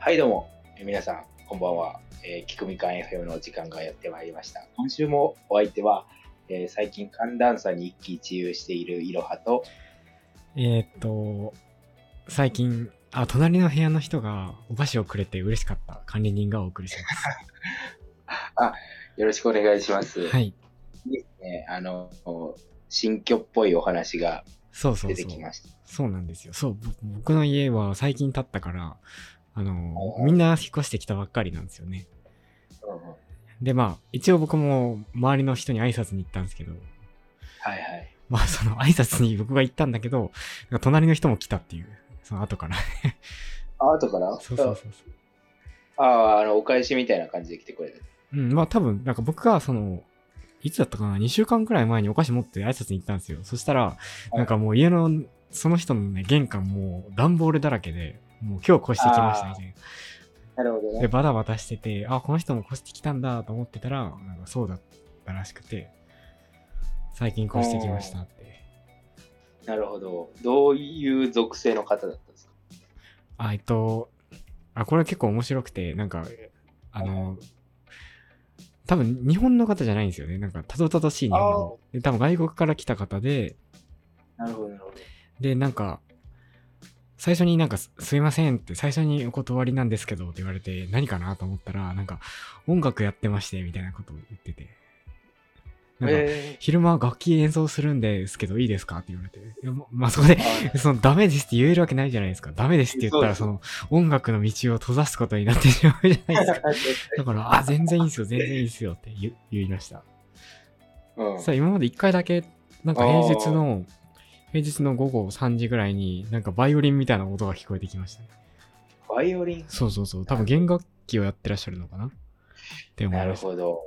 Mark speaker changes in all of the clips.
Speaker 1: はいどうも、えー皆さん、こんばんは。えー、聞くみかん FM の時間がやってまいりました。今週もお相手は、えー最近寒暖差に一喜一憂しているいろはと、
Speaker 2: えーっと、最近、あ、隣の部屋の人がお菓子をくれて嬉しかった管理人がお送りしま
Speaker 1: よろしくお願いします。
Speaker 2: す。はい。
Speaker 1: いいですね。あの、新居っぽいお話が
Speaker 2: そうそう
Speaker 1: 出
Speaker 2: そ
Speaker 1: て
Speaker 2: う
Speaker 1: き。ました。
Speaker 2: そうなんですよ。そう、ぼ僕の家は最近建ったから、あの
Speaker 1: お、う
Speaker 2: みんな引っ越してきたばっかりなんですよね。
Speaker 1: うんうん
Speaker 2: で、まあ、一応僕も周りの人に挨拶に行ったんですけど、
Speaker 1: はいはい。
Speaker 2: まあ、その挨拶に僕が行ったんだけど、なんか隣の人も来たっていう、その後から。
Speaker 1: あ、後から
Speaker 2: そうそうそうそう。
Speaker 1: ああの、お返しみたいな感じで来てくれた。
Speaker 2: うん、まあ多分、なんか僕がその、いつだったかな ?2 週間くらい前にお菓子持って挨拶に行ったんですよ。そしたら、
Speaker 1: い
Speaker 2: なんかもう家の、その人のね、玄関もう段ボールだらけで、もう今日越してきましたみたい
Speaker 1: なるほど
Speaker 2: な。で、。バタバタしてて、あ、この人も越してきたんだと思ってたら、なんかそうだったらしくて、最近越してきましたって。
Speaker 1: なるほど。どういう属性の方だったんですか
Speaker 2: あ、えっと、あ、これ結構面白くて、なんか、あの、多分日本の方じゃないんですよね。なんか、たどたどしい日本の。で、多分外国から来た方で、
Speaker 1: なるほど、なるほど。
Speaker 2: で、なんか、最初になんかす、すいませんって、最初にお断りなんですけどって言われて、何かなと思ったら、なんか、音楽やってまして、みたいなことを言ってて。なんか、
Speaker 1: え
Speaker 2: 昼間楽器演奏するんですけど、いいですかって言われて。いやままあ、そこで
Speaker 1: ー、あー
Speaker 2: そのダメですって言えるわけないじゃないですか。ダメですって言ったら、そ
Speaker 1: そ
Speaker 2: の音楽の道を閉ざすことになってしまうじゃないです か。だ
Speaker 1: う
Speaker 2: から、あ、全然いいんすよ、全然いいんすよって言う言いました。
Speaker 1: ん
Speaker 2: さあ、今まで一回だけ、なんか平日の、平日の午後3時ぐらいに、なんかバイオリンみたいな音が聞こえてきましたね。
Speaker 1: バイオリン。
Speaker 2: そうそうそう。多分弦楽器をやってらっしゃるのかなって思
Speaker 1: ないる
Speaker 2: ました。
Speaker 1: ほど。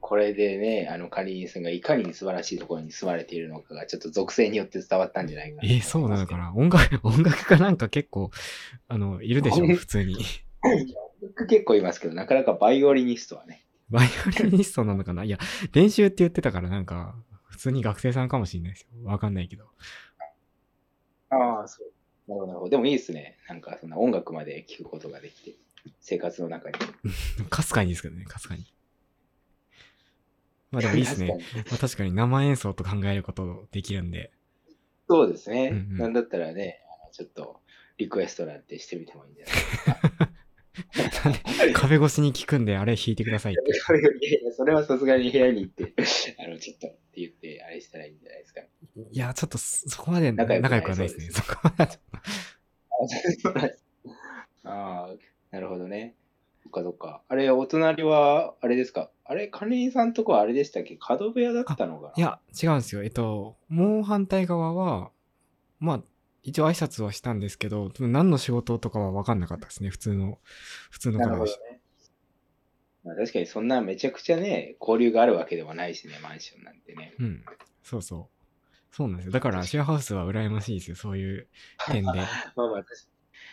Speaker 1: これでね、あの、カリーンさんがいかに素晴らしいところに住まれているのかが、ちょっと属性によって伝わったんじゃないか
Speaker 2: えーそうなのかな音楽、 音楽家なんか結構、あの、いるでしょ、普通に。
Speaker 1: 僕結構いますけど、なかなかバイオリニストはね。
Speaker 2: バイオリニストなのかないや、練習って言ってたからなんか、普通に学生さんかもしれないですよ。わかんないけど。
Speaker 1: ああ、そう。なるほどなるほど。でもいいですね。なんか、そんな音楽まで聞くことができて、生活の中に。
Speaker 2: かすかにですけどね、かすかに。まあでもいいですね。
Speaker 1: 確かに。
Speaker 2: まあ、確かに生演奏と考えることできるんで。
Speaker 1: そうですね。
Speaker 2: うんうん
Speaker 1: なんだったらね、あのちょっと、リクエストなんてしてみてもいいんじゃない
Speaker 2: なんで壁越しに聞くんで、あれ弾いてくださいって。
Speaker 1: それよ りいやいやそれはさすがに部屋に行って、あの、ちょっとって言って、あれしたらいいんじゃないですか。
Speaker 2: いや、ちょっとそそこまで
Speaker 1: 仲
Speaker 2: 仲
Speaker 1: 良
Speaker 2: 良
Speaker 1: くない
Speaker 2: くはないですね。
Speaker 1: そ
Speaker 2: そこまではちょっと。
Speaker 1: ああ、なるほどね。そっかそっか。あれ、お隣は、あれですか。あれ、管理人さんとこはあれでしたっけ角部屋だったのかない
Speaker 2: や、違うんですよ。えっと、もう反対側は、まあ、一応挨拶はしたんですけど、何の仕事とかは分かんなかったですね。普通の、普通の
Speaker 1: なる
Speaker 2: 方
Speaker 1: ほど
Speaker 2: で
Speaker 1: ね
Speaker 2: した。。
Speaker 1: まあ、確かにそんなめちゃくちゃね、交流があるわけではないしね、マンションなんてね。
Speaker 2: うん。そうそう。そうなんですよ。だから、シェアハウスは羨ましいですよ。そういう点で。
Speaker 1: まあまあ、確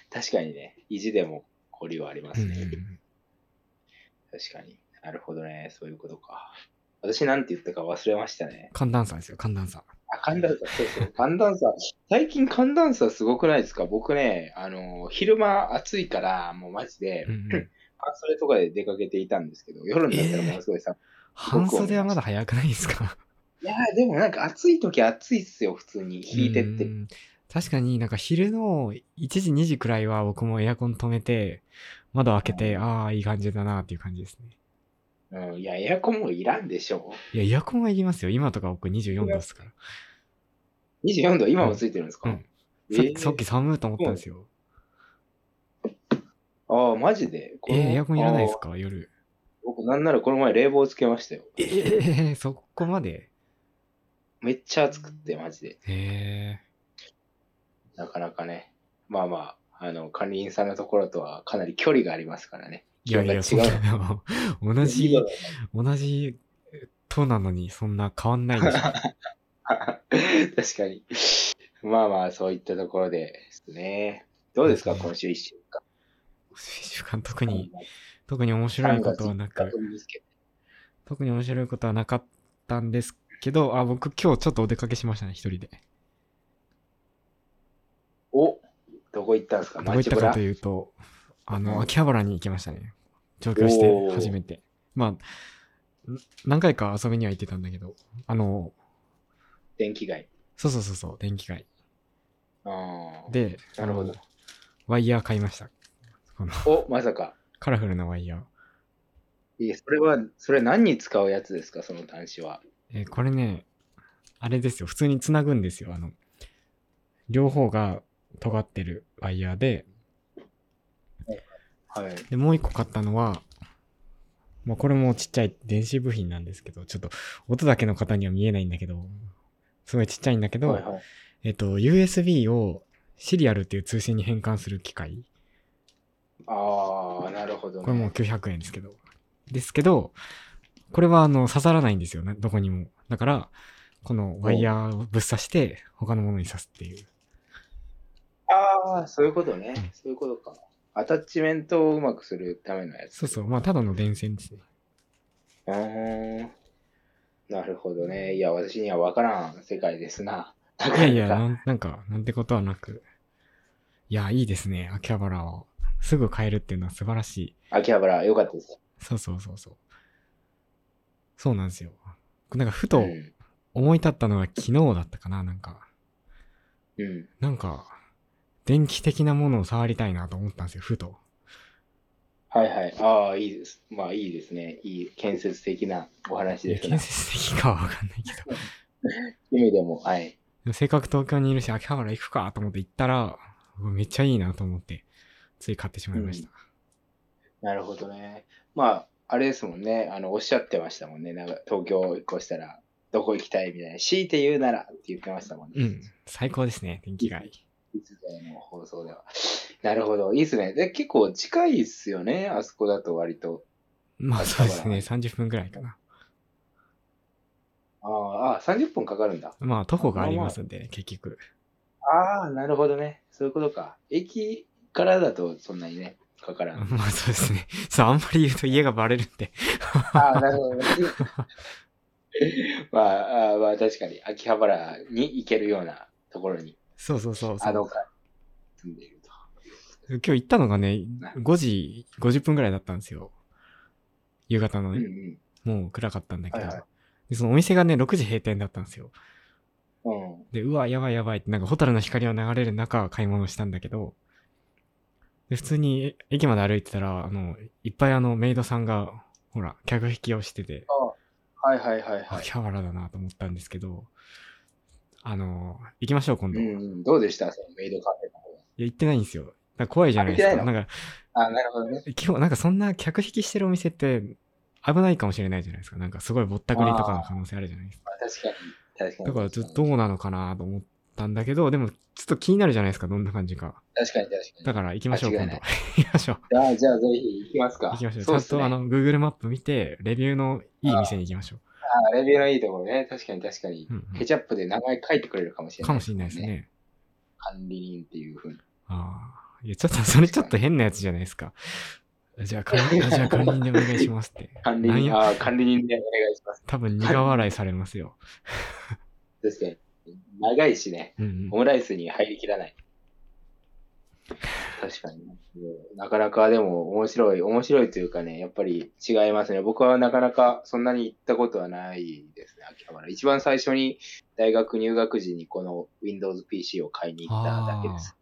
Speaker 1: 確かにね、意地でも交流はありま
Speaker 2: うん
Speaker 1: す
Speaker 2: うん
Speaker 1: ね。
Speaker 2: うん
Speaker 1: 確かに。なるほどね、そういうことか。私なんて言ったか忘れましたね。
Speaker 2: 寒暖差ですよ、寒暖差。
Speaker 1: あ、寒暖差、そうそう、寒暖差。最近寒暖差すごくないですか僕ね、あの、昼間暑いから、もうマジで、
Speaker 2: うんうん、
Speaker 1: 半袖とかで出かけていたんですけど、夜になったらものすごい寒い。
Speaker 2: 半袖はまだ早くないですか
Speaker 1: いやーでもなんか暑い時暑いっすよ、普通に。引いてって。
Speaker 2: うん確かになんか昼の1時、2時くらいは僕もエアコン止めて、窓開けて、ああ、いい感じだなっていう感じですね。
Speaker 1: うん、いや、エアコンもいらんでしょ
Speaker 2: いや、エアコンはいりますよ。今とか僕24度ですから。
Speaker 1: う。24度、今もついてるんですか、
Speaker 2: うん
Speaker 1: え
Speaker 2: さ
Speaker 1: ー
Speaker 2: さっき寒いと思ったんですよ。
Speaker 1: ああ、マジでこ
Speaker 2: え
Speaker 1: の
Speaker 2: ーエアコンいらないです
Speaker 1: ああ
Speaker 2: か夜。
Speaker 1: 僕、なんならこの前冷房つけましたよ。
Speaker 2: えー、 そこまで
Speaker 1: めっちゃ暑くって、マジで。
Speaker 2: え
Speaker 1: なかなかね。まあまあ、あの、管理員さんのところとはかなり距離がありますからね。
Speaker 2: ー、いやいや、そ
Speaker 1: 気
Speaker 2: ん
Speaker 1: 温が
Speaker 2: な
Speaker 1: 違う。
Speaker 2: の、同 じ、
Speaker 1: 24度
Speaker 2: 同じ党なのにそんな変わんないで しょ。
Speaker 1: 確かに。まあまあ、そういったところですね。どうですか、
Speaker 2: うん
Speaker 1: 今週一週間。
Speaker 2: 一週間特に、特に面白いことはな
Speaker 1: 三月
Speaker 2: く、
Speaker 1: 三日ですけど
Speaker 2: 特に面白いことはなかったんですけど、あ、僕今日ちょっとお出かけしましたね、一人で。
Speaker 1: おどこ行ったんですか
Speaker 2: どこ行っ
Speaker 1: 街
Speaker 2: た
Speaker 1: ブ
Speaker 2: か
Speaker 1: ラ
Speaker 2: というと、あ
Speaker 1: う
Speaker 2: の、
Speaker 1: ん
Speaker 2: 秋葉原に行きましたね。上京して初めて。まあ、ん何回か遊びには行ってたんだけど、あの、
Speaker 1: 電気街。
Speaker 2: そうそうそうそう、電気街。
Speaker 1: あー
Speaker 2: で、
Speaker 1: なるほど
Speaker 2: あの。ワイヤー買いました。この
Speaker 1: お、まさか。
Speaker 2: カラフルなワイヤー。
Speaker 1: いえそれは、それ何に使うやつですか、その端子は。
Speaker 2: えーこれね、あれですよ、普通に繋ぐんですよ。あの、両方が尖ってるワイヤーで、
Speaker 1: はい。
Speaker 2: で、もう一個買ったのは、まあ、これもちっちゃい電子部品なんですけど、ちょっと音だけの方には見えないんだけど、すごいちっちゃいんだけど、
Speaker 1: はいはい。
Speaker 2: えっと、USB をシリアルっていう通信に変換する機械。
Speaker 1: ああ、なるほど、ね。
Speaker 2: これもう900円ですけど。ですけど、これはあの刺さらないんですよね、どこにも。だから、このワイヤーをぶっ刺して、他のものに刺すっていう。
Speaker 1: ああ、そういうことね
Speaker 2: うん。
Speaker 1: そういうことか。アタッチメントをうまくするためのやつ。
Speaker 2: そうそう、まあ、ただの電線ですね。
Speaker 1: うーん。なるほどね。いや、私には分からん世界ですな。なかなか
Speaker 2: いやいや、なんなんか、なんてことはなく。いや、いいですね、秋葉原を。すぐ買えるっていうのは素晴らしい。
Speaker 1: 秋葉原、よかったです。
Speaker 2: そうそうそうそう。そうなんですよ。なんか、ふと
Speaker 1: ん。
Speaker 2: 思い立ったのが昨日だったかな、なんか。
Speaker 1: うん。
Speaker 2: なんか、電気的なものを触りたいなと思ったんですよ、ふと。
Speaker 1: はいはい。ああ、いいです。まあ、いいですね。いい、建設的なお話
Speaker 2: いや
Speaker 1: です
Speaker 2: 建
Speaker 1: ね。
Speaker 2: 設的かはわかんないけど。
Speaker 1: 意味でも、はい。
Speaker 2: でも せっかく東京にいるし、秋葉原行くかと思って行ったら、うわめっちゃいいなと思って、つい買ってしまいました。
Speaker 1: なるほどね。まあ、あれですもんね。あの、おっしゃってましたもんね。なんか、東京越したら、どこ行きたいみたいな。強いて言うならって言ってましたもんね。
Speaker 2: うん、最高ですね、天気街。
Speaker 1: いつでの放送では。 なるほど。いいですね。で、結構近いっすよね。あそこだと割と。
Speaker 2: まあ
Speaker 1: 秋葉
Speaker 2: そう
Speaker 1: 原
Speaker 2: ですね、30分くらいかな。
Speaker 1: ああ、ああ30分かかるんだ。
Speaker 2: まあ徒歩がありますんで、結局。
Speaker 1: ああ、なるほどね。そういうことか。駅からだとそんなにね、かからん。
Speaker 2: まあそうですね。そう、あんまり言うと家がバレるんで。
Speaker 1: ああ、なるほどね。 まあ、ああまあ、確かに、秋葉原に行けるようなところに、
Speaker 2: そうそうそうそ
Speaker 1: あ
Speaker 2: う。
Speaker 1: の、住んでいると。
Speaker 2: 今日行ったのがね、5時50分くらいだったんですよ。夕方の
Speaker 1: うんう
Speaker 2: ね、
Speaker 1: ん。
Speaker 2: もう暗かったんだけど、
Speaker 1: はいはい
Speaker 2: で。そのお店がね、6時閉店だったんですよ。
Speaker 1: うん。
Speaker 2: で、うわ、やばいやばいって、なんか、ホタルの光が流れる中、買い物したんだけど、で、普通にえ駅まで歩いてたら、あの、いっぱいあの、メイドさんが、ほら、客引きをしてて、
Speaker 1: はいはいはいはい。
Speaker 2: 秋葉原だなと思ったんですけど、あの、行きましょう、今
Speaker 1: う
Speaker 2: 度。
Speaker 1: んうん、どうでしたそのメイドカフェの方
Speaker 2: いや、行ってないんですよ。なんか怖いじゃないです
Speaker 1: あ
Speaker 2: か。
Speaker 1: 行って
Speaker 2: な
Speaker 1: なん
Speaker 2: か、
Speaker 1: ああ、なるほどね。
Speaker 2: 基本、なんかそんな客引きしてるお店って、危ないかもしれないじゃないですか。なんか、すごいぼったくりとかの可能性あるじゃないです
Speaker 1: ま
Speaker 2: か。
Speaker 1: あ確かに。確かに。
Speaker 2: だから、ちょっとどうなのかなと思ったんだけど、でも、ちょっと気になるじゃないですか、どんな感じか。
Speaker 1: 確かに確かに。
Speaker 2: だから、行きましょう、
Speaker 1: 間違
Speaker 2: 今
Speaker 1: い
Speaker 2: 度。
Speaker 1: ない
Speaker 2: 行きましょう。
Speaker 1: ああじゃあぜひ行きますか。
Speaker 2: 行きましょう。
Speaker 1: そうっ
Speaker 2: ちゃ
Speaker 1: すね。
Speaker 2: んとあ
Speaker 1: あの
Speaker 2: の Google マップ見て、レビューのいい店に行きましょう。
Speaker 1: レビューのいいところね。確かに確かに。
Speaker 2: うんう
Speaker 1: ケチャップで名前書いてくれるかもしれ
Speaker 2: ん、
Speaker 1: ない、
Speaker 2: かもしれないですね。。
Speaker 1: 管理人っていうふうに。
Speaker 2: ああ。いや、ちょっと、それちょっと変なやつじゃないですか。じゃあ、管理、あじゃあ管理人でお願いしますって。
Speaker 1: 管理
Speaker 2: なん
Speaker 1: 人、
Speaker 2: や、
Speaker 1: ああ管理人でお願いします。
Speaker 2: 多分苦笑いされますよ。
Speaker 1: 確かに。長いしね。
Speaker 2: うんう
Speaker 1: オ
Speaker 2: ん。
Speaker 1: ムライスに入りきらない。確かにね、なかなかでも面白い、面白いというかね、やっぱり違いますね。僕はなかなかそんなに行ったことはないですね、秋葉原。一番最初に大学入学時にこの Windows PC を買いに行っただけです。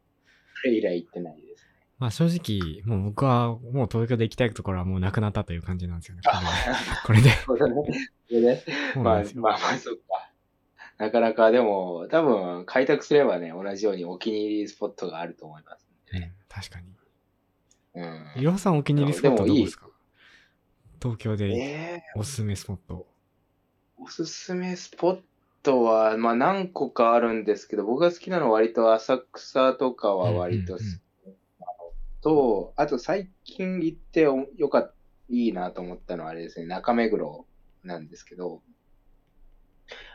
Speaker 1: それ以来行ってないです。
Speaker 2: まあ正直、もう僕はもう東京で行きたいところはもうなくなったという感じなんです よね。これで。
Speaker 1: そうだね。それで
Speaker 2: これで。そう
Speaker 1: ま
Speaker 2: な
Speaker 1: あ
Speaker 2: んですよ。
Speaker 1: まあまあ、そっか。なかなかでも、多分開拓すればね、同じようにお気に入りスポットがあると思います。
Speaker 2: うん確かに。
Speaker 1: うん。
Speaker 2: 岩尾さんお気に入りスポットはどこですか東京
Speaker 1: え
Speaker 2: で
Speaker 1: え
Speaker 2: おすすめスポット。
Speaker 1: おすすめスポットは、まあ、何個かあるんですけど、僕が好きなのは割と浅草とかは割と好き、
Speaker 2: うんうん
Speaker 1: と、あと最近行っておよかった、いいなと思ったのはあれですね、中目黒なんですけど、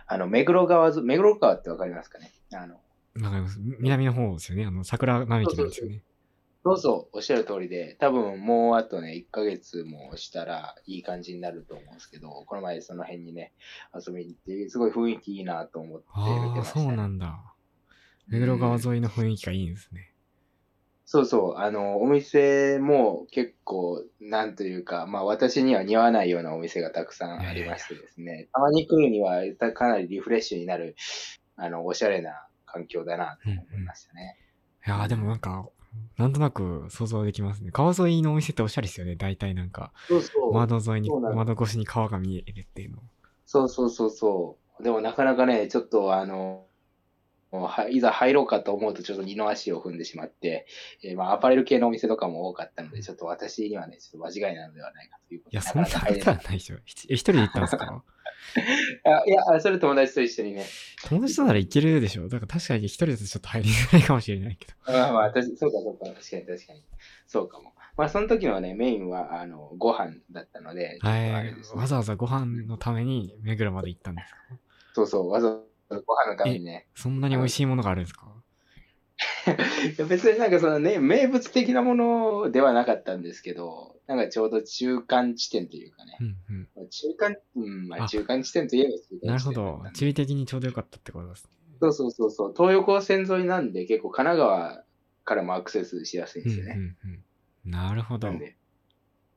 Speaker 1: あの、目黒川ず、目黒川ってわかりますかねあの、
Speaker 2: わかります。南の方ですよね。あの、桜並木なんですよね。
Speaker 1: そうそう、おっしゃる通りで、多分もうあとね、1ヶ月もしたらいい感じになると思うんですけど、この前その辺にね、遊びに行って、すごい雰囲気いいなと思って見て
Speaker 2: あ
Speaker 1: ま
Speaker 2: あ、
Speaker 1: した
Speaker 2: そう
Speaker 1: ね
Speaker 2: なんだ。目黒川沿いの雰囲気がいいんですね。
Speaker 1: そうそう、あの、お店も結構、なんというか、まあ私には似合わないようなお店がたくさんありましてですね、たまに来るにはかなりリフレッシュになる、あの、おしゃれな環境だなと思いましたね。
Speaker 2: いやーでもなんか、なんとなく想像できますね。川沿いのお店っておしゃれですよね。大体なんか、
Speaker 1: そうそう。
Speaker 2: 窓沿いに、
Speaker 1: そうなんです
Speaker 2: 窓越しに川が見えるっていうの。
Speaker 1: そうそうそうそう。でもなかなかね、ちょっとあの、もうはいざ入ろうかと思うとちょっと二の足を踏んでしまって、えーまあアパレル系のお店とかも多かったので、ちょっと私にはね、ちょっと間違いなのではないかということ
Speaker 2: い
Speaker 1: で
Speaker 2: や、そんなことは
Speaker 1: かなか入れない
Speaker 2: ないでしょ。ひえ一人で行ったんですか
Speaker 1: あいや、あそれ友達と一緒にね。
Speaker 2: 友達となら行けるでしょ。だから確かに一人だとちょっと入りづらいかもしれないけど。
Speaker 1: まあまあ、私、そうかそうか、確かに確かに。そうかも。まあその時のね、メインはあのご飯だったので、ちょっと
Speaker 2: は
Speaker 1: あれ
Speaker 2: い
Speaker 1: です。ね
Speaker 2: わざわざご飯のために目黒まで行ったんですか
Speaker 1: そうそう、わざわざご飯のためにね、
Speaker 2: そんなに美味しいものがあるんですか
Speaker 1: いや別になんかそのね、名物的なものではなかったんですけど、なんかちょうど中間地点というかね
Speaker 2: う。んうん。
Speaker 1: 中間、うん、まあ
Speaker 2: あ
Speaker 1: 中間地点といえば中間地点
Speaker 2: なるほど
Speaker 1: だっ。たんで
Speaker 2: 地理的にちょうどよかったってことですね。
Speaker 1: そうそうそうそう。東横線沿いなんで結構神奈川からもアクセスしやすいんで
Speaker 2: うん
Speaker 1: す
Speaker 2: う
Speaker 1: よね。
Speaker 2: んうん。なるほど。
Speaker 1: なんで、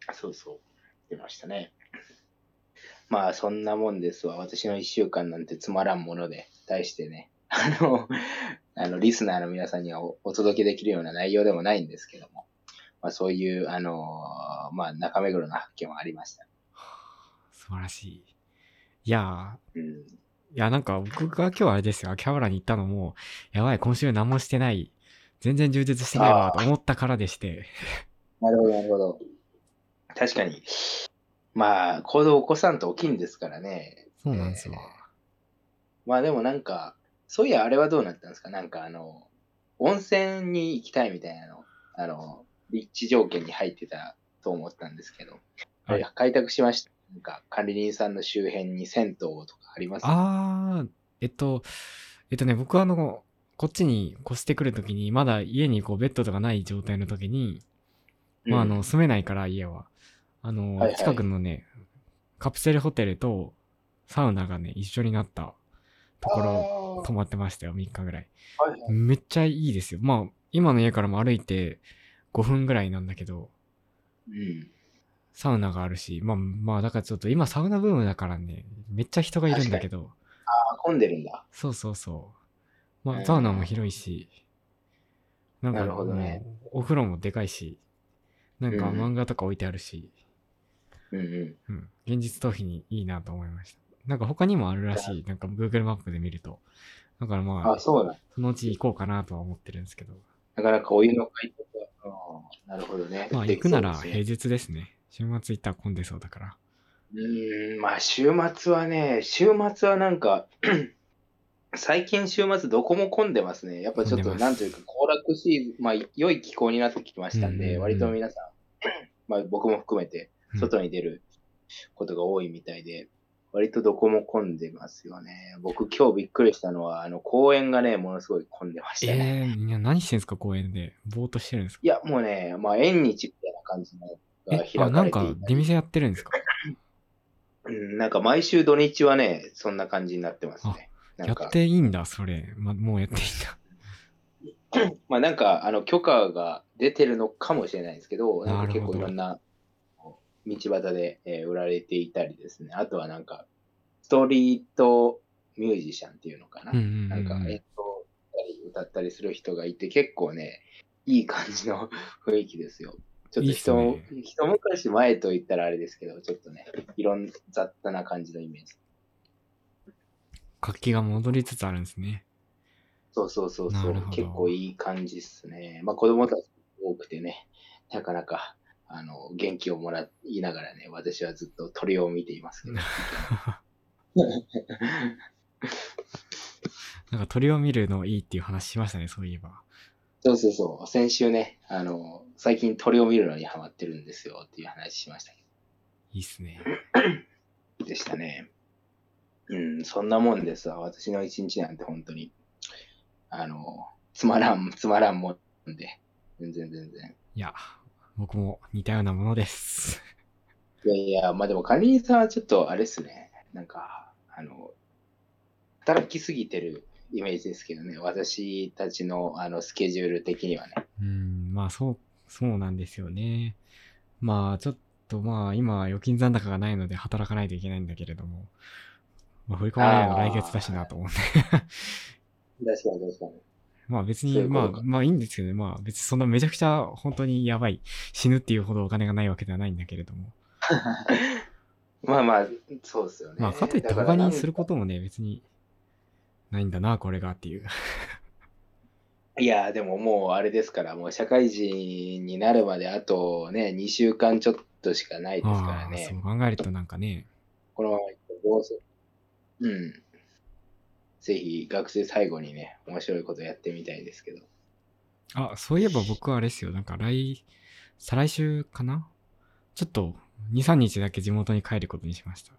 Speaker 1: あそうそう、出ましたね。まあそんなもんですわ。私の一週間なんてつまらんもので、対してね、あの、あのリスナーの皆さんにはおお届けできるような内容でもないんですけども、まあそういう、あのーまあ中目黒の発見はありました。
Speaker 2: 素晴らしい。いや
Speaker 1: うん。
Speaker 2: ー、いや、なんか僕が今日あれですよ、秋葉原に行ったのも、やばい、今週何もしてない、全然充実してないわと思ったからでして、
Speaker 1: なるほど、なるほど。確かに。まあ、行動を起こさんと起きんですからね。
Speaker 2: そうなんですわ。
Speaker 1: まあでもなんか、そういやあれはどうなったんですかなんかあの、温泉に行きたいみたいなの、あの、立地条件に入ってたと思ったんですけど、あれ
Speaker 2: は
Speaker 1: 開拓しました。なんか管理人さんの周辺に銭湯とかあります
Speaker 2: あー、えっと、えっとね、僕はあの、こっちに越してくるときに、まだ家にこうベッドとかない状態のときに、まああ
Speaker 1: う
Speaker 2: の、
Speaker 1: ん
Speaker 2: 住めないから家は、あの、
Speaker 1: はいはい
Speaker 2: 近くのね、カプセルホテルとサウナがね、一緒になったところ
Speaker 1: あ
Speaker 2: 泊まってましたよ、3日ぐらい。
Speaker 1: ーはいはい
Speaker 2: めっちゃいいですよ。まあ、今の家からも歩いて5分ぐらいなんだけど、
Speaker 1: うん
Speaker 2: サウナがあるし、まあまあ、だからちょっと今サウナブームだからね、めっちゃ人がいるんだけど、
Speaker 1: あ混んでるんだ。
Speaker 2: そうそうそう。ま
Speaker 1: う
Speaker 2: あ、
Speaker 1: ん
Speaker 2: サウナも広いし、なんか
Speaker 1: なるほどね
Speaker 2: もうお風呂もでかいし、なんか
Speaker 1: うん
Speaker 2: 漫画とか置いてあるし、
Speaker 1: うんうん。
Speaker 2: うん、現実逃避にいいなと思いました。なんか他にもあるらしい、なんか Google マップで見ると。だからま
Speaker 1: あ、
Speaker 2: あ、
Speaker 1: そうなん
Speaker 2: そのうち行こうかなとは思ってるんですけど、
Speaker 1: なかなかお湯の解凍が。あーなるほどね。
Speaker 2: まあ行くなら
Speaker 1: そうです
Speaker 2: 平
Speaker 1: ね
Speaker 2: 日ですね。週末行ったら混んでそうだから。
Speaker 1: うーん、まあ週末はね、週末はなんか、 最近週末どこも混んでますね。やっぱちょっ
Speaker 2: 混
Speaker 1: と
Speaker 2: んでます
Speaker 1: なんというか、行楽シーズン、まあ良い気候になってきましたん
Speaker 2: うんうん
Speaker 1: で、
Speaker 2: うん
Speaker 1: 割と皆さん、 まあ僕も含めて
Speaker 2: う、ん
Speaker 1: 外に出ることが多いみたいで、割とどこも混んでますよね。僕今日びっくりしたのは、あの公園がね、ものすごい混んでましたね。
Speaker 2: ええー、みんな何してんすか公園で。ぼーっとしてるんですか
Speaker 1: いや、もうね、まあ縁日みたいな感じのが
Speaker 2: え
Speaker 1: 開、
Speaker 2: あ、な
Speaker 1: か
Speaker 2: ん
Speaker 1: れて
Speaker 2: か
Speaker 1: いた
Speaker 2: 出
Speaker 1: り
Speaker 2: 店やってるんですか
Speaker 1: うん、なんか毎週土日はね、そんな感じになってますね。な
Speaker 2: や
Speaker 1: んか
Speaker 2: っ、ていいんだ、それ。ま、もうやっていいんだ。
Speaker 1: まあなんか、あの、許可が出てるのかもしれないですけど、なんか
Speaker 2: なる
Speaker 1: 結
Speaker 2: ほ
Speaker 1: 構
Speaker 2: ど
Speaker 1: いろんなこう道端で、えー売られていたりですね。あとはなんか、ストリートミュージシャンっていうのかな。
Speaker 2: うんうんうん
Speaker 1: な
Speaker 2: うんん。
Speaker 1: か、演奏したり歌ったりする人がいて、結構ね、いい感じの 雰囲気ですよ。ちょっと人
Speaker 2: いい
Speaker 1: も、
Speaker 2: っす
Speaker 1: 一昔前と言ったらあれですけど、ちょっとね、いろんな雑多な感じのイメージ。
Speaker 2: 活気が戻りつつあるんですね。
Speaker 1: そうそうそうそ
Speaker 2: なる
Speaker 1: う
Speaker 2: ほど、
Speaker 1: 結構いい感じっすね。まあ子供たち多くてね、なかなか、あの、元気をもらいながらね、私はずっと鳥を見てい ますけど。
Speaker 2: なんか鳥を見るのいいっていう話しましたね、そういえば。
Speaker 1: そうそうそう、先週ね、あの、最近鳥を見るのにハマってるんですよっていう話しましたけ
Speaker 2: いいっすね。
Speaker 1: ど、でしたね。うん、そんなもんですわ。私の一日なんて本当に、あの、つまらん、つまらんもんで、全然全然。
Speaker 2: いや、僕も似たようなものです。
Speaker 1: いやいや、まあでも管理人さんはちょっとあれですね、なんか、あの、働きすぎてるイメージですけどね、私たちのあのスケジュール的にはね。
Speaker 2: ううん、まあそう、そうなんですよね。まあちょっとまあ今預金残高がないので働かないといけないんだけれども、まあ、振り込まれるの来月だしなと思って。
Speaker 1: 確かに確かに。
Speaker 2: まあ別
Speaker 1: そ
Speaker 2: に、
Speaker 1: ういうこ
Speaker 2: ま
Speaker 1: と
Speaker 2: あ
Speaker 1: か、
Speaker 2: まあいいんですけどね。まあ別にそんなめちゃくちゃ本当にやばい。死ぬっていうほどお金がないわけではないんだけれども。
Speaker 1: まあまあ、そうですよね。
Speaker 2: まあかといって
Speaker 1: だ
Speaker 2: 他
Speaker 1: ら
Speaker 2: にすることもね、別にないんだな、これがっ ていう。
Speaker 1: いや、でももうあれですから、もう社会人になるまであとね、2週間ちょっとしかないですから
Speaker 2: ああ、そ
Speaker 1: ね
Speaker 2: う。考えるとなんかね、
Speaker 1: このままいってどうするうん。ぜひ学生最後にね、面白いことやってみたいですけど。
Speaker 2: あ、そういえば僕はあれですよ。なんか来、再来週かなちょっと2、3日だけ地元に帰ることにしました。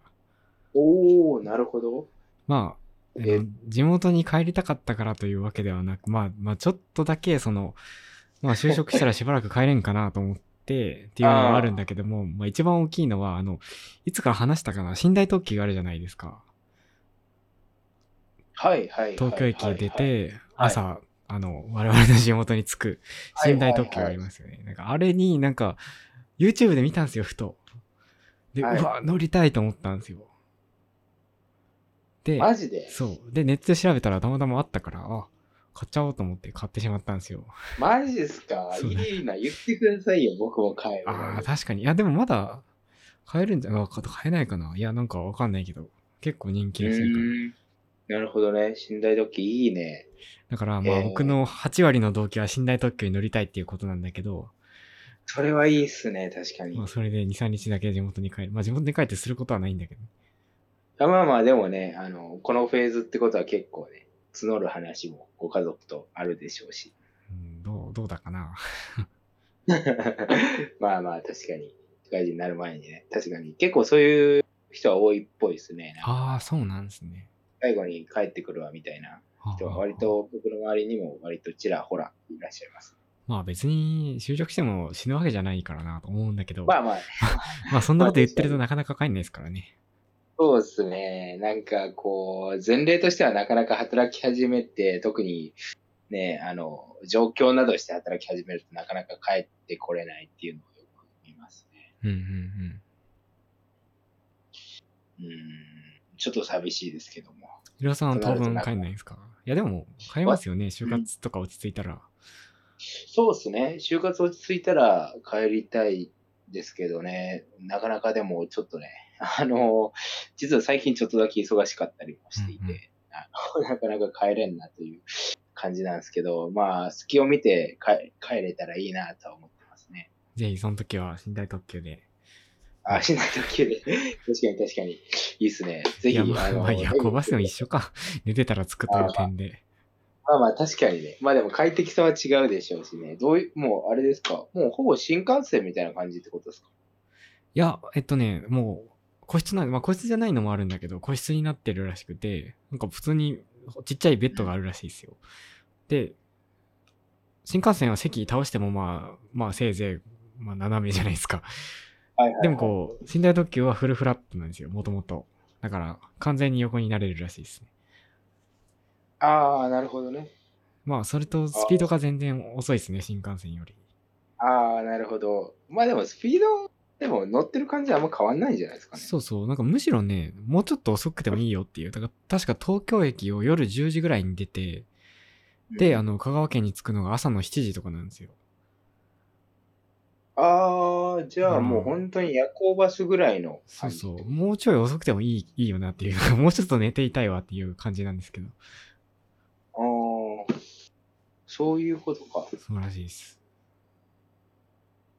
Speaker 1: おー、なるほど。
Speaker 2: まあ、あの
Speaker 1: え
Speaker 2: 地元に帰りたかったからというわけではなく、まあ、まあ、ちょっとだけ、その、まあ、就職したらしばらく帰れんかなと思って、っていうのはあるんだけど も、まあ、一番大きいのは、あの、いつから話したかな、寝台特急があるじゃないですか。
Speaker 1: はいはいはいはい、
Speaker 2: 東京駅出
Speaker 1: はい、
Speaker 2: て、朝、あの、我々の地元に着く、寝台特急がありますよね。なんか、あれになんか、YouTube で見たんですよ、ふと。で、
Speaker 1: はいう
Speaker 2: わ、乗りたいと思ったんですよ。で、
Speaker 1: マジで
Speaker 2: そう。で、ネットで調べたらたまたまあったから、あ、買っちゃおうと思って買ってしまったんですよ。
Speaker 1: マジですか
Speaker 2: そうね
Speaker 1: いいな、言ってくださいよ、僕も帰る。
Speaker 2: ああ、確かに。いや、でもまだ、買えるんじゃ、あか買えないかな。いや、なんかわかんないけど、結構人気
Speaker 1: う
Speaker 2: らしいから。
Speaker 1: ーんなるほどね、寝台時いいね。
Speaker 2: だから、まあ、
Speaker 1: えー
Speaker 2: 僕の8割の動機は寝台特急に乗りたいっていうことなんだけど、
Speaker 1: それはいいっすね、確かに。
Speaker 2: まあ、それで2、3日だけ地元に帰る。まあ、地元に帰ってすることはないんだけど。
Speaker 1: あまあまあ、でもね、あの、このフェーズってことは結構ね、募る話もご家族とあるでしょうし。
Speaker 2: うん、どう、どうだかな。
Speaker 1: まあまあ、確かに、社会人になる前にね、確かに、結構そういう人は多いっぽいですね。なんか
Speaker 2: ああ、そうなんですね。
Speaker 1: 最後に帰ってくるわみたいな人は、割
Speaker 2: ああ。
Speaker 1: と僕の周りにも割とちらほらいらっしゃいます。
Speaker 2: まあ別に就職しても死ぬわけじゃないからなと思うんだけど、
Speaker 1: まあまあ、
Speaker 2: まあそんなこと言ってるとなかなか帰んないですからね。
Speaker 1: そうですね。なんかこう、前例としてはなかなか働き始めて、特にね、あの、状況などして働き始めるとなかなか帰ってこれないっていうのをよく見ますね。
Speaker 2: うんうんうん。
Speaker 1: うん、ちょっと寂しいですけども。
Speaker 2: ひろさんは
Speaker 1: と
Speaker 2: 当
Speaker 1: なると
Speaker 2: 分
Speaker 1: なんか
Speaker 2: 帰んないですかいやでも、帰りますよね。就活とか落ち着いたら。
Speaker 1: そうですね。就活落ち着いたら帰りたいですけどね、なかなかでもちょっとね、 あの、実は最近ちょっとだけ忙しかったりもしていて、
Speaker 2: うんうん
Speaker 1: あの なかなか帰れんなという感じなんですけど、まあ、隙を見て帰帰れたらいいなとは思ってますね。
Speaker 2: ぜひその時は寝台特急で。
Speaker 1: あ、しないと急で。 確かに確かに。いいっすね。ぜ
Speaker 2: い
Speaker 1: ひ、
Speaker 2: や、まあ、
Speaker 1: あの
Speaker 2: まあ、夜行バスでも一緒か。寝てたら着くという点で。
Speaker 1: まあまあ確かにね。まあでも快適さは違うでしょうしね。どういう、もうあれですか。もうほぼ新幹線みたいな感じってことですか
Speaker 2: いや、えっとね、もう、個室なんまあ個室じゃないのもあるんだけど、個室になってるらしくて、なんか普通にちっちゃいベッドがあるらしいですよ。で、新幹線は席倒してもまあ、まあせいぜい、まあ斜めじゃないですか。
Speaker 1: はいはいはい
Speaker 2: でもこう、寝台特急はフルフラットなんですよ、もともと。だから、完全に横になれるらしいですね。
Speaker 1: ああ、なるほどね。
Speaker 2: まあ、それとスピードが全然遅いですね、新幹線より。
Speaker 1: ああ、なるほど。まあでもスピード、でも乗ってる感じはあんま変わんないんじゃないですかね。
Speaker 2: そうそう、なんかむしろね、もうちょっと遅くてもいいよっていう。だから、確か東京駅を夜10時ぐらいに出て、で、あ
Speaker 1: の、
Speaker 2: の、香川県に着くのが朝の7時とかなんですよ。
Speaker 1: ああ、じゃあもう
Speaker 2: うん
Speaker 1: 本当に夜行バスぐらいの
Speaker 2: そ
Speaker 1: 感
Speaker 2: う
Speaker 1: じ。
Speaker 2: そう。もうちょい遅くてもいい、いいよなっていう。もうちょっと寝ていたいわっていう感じなんですけど。
Speaker 1: ああ、そういうことか。
Speaker 2: そうらしいです。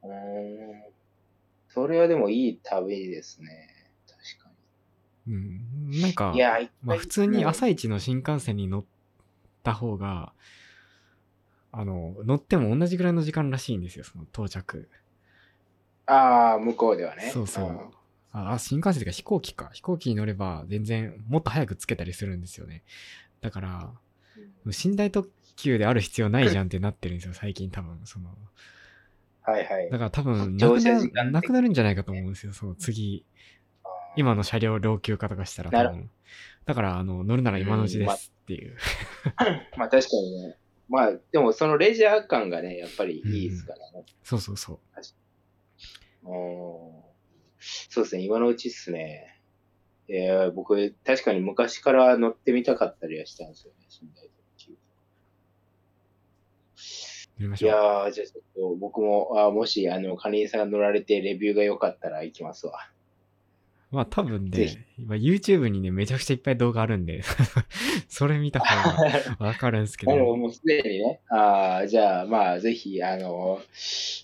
Speaker 1: うーん。それはでもいい旅ですね。確か
Speaker 2: うん。なんか
Speaker 1: に。い、や、一回
Speaker 2: まあ普通に朝一の新幹線に乗った方が、あの、乗っても同じぐらいの時間らしいんですよ、その到着。
Speaker 1: ああ、向こうではね。
Speaker 2: そうそ
Speaker 1: ん
Speaker 2: う。あ、あ新幹線というか飛行機か。飛行機に乗れば全然もっと早く着けたりするんですよね。だから、寝台特急である必要ないじゃんってなってるんですよ、最近多分。その、
Speaker 1: はいはい。
Speaker 2: だから多分な
Speaker 1: 乗
Speaker 2: く
Speaker 1: 車
Speaker 2: な
Speaker 1: 時間的に
Speaker 2: なくなるんじゃないかと思うんですよ、その次。今の車両老朽化とかしたら
Speaker 1: な
Speaker 2: 多
Speaker 1: る
Speaker 2: 分。だから、あの、乗るなら今のうちですっていう。
Speaker 1: まあ確かにね。まあ、でもそのレジャー感がね、やっぱりいいですからね。
Speaker 2: そうそうそう。
Speaker 1: うんそうですね、今のうちっすね。えー、僕、確かに昔から乗ってみたかったりはしたんですよね、寝台特急。
Speaker 2: 乗りまし
Speaker 1: い
Speaker 2: ょう。
Speaker 1: やー、じゃあちょっと僕も、あーもし、あの、カニンさんが乗られてレビューが良かったら行きますわ。
Speaker 2: まあ多分
Speaker 1: ぜひ
Speaker 2: ね、今 YouTube にね、めちゃくちゃいっぱい動画あるんで、 それ見た方がわかるん ですけど
Speaker 1: あ、の、もうすでにね、あーじゃあ、まあ、ぜひ、あの、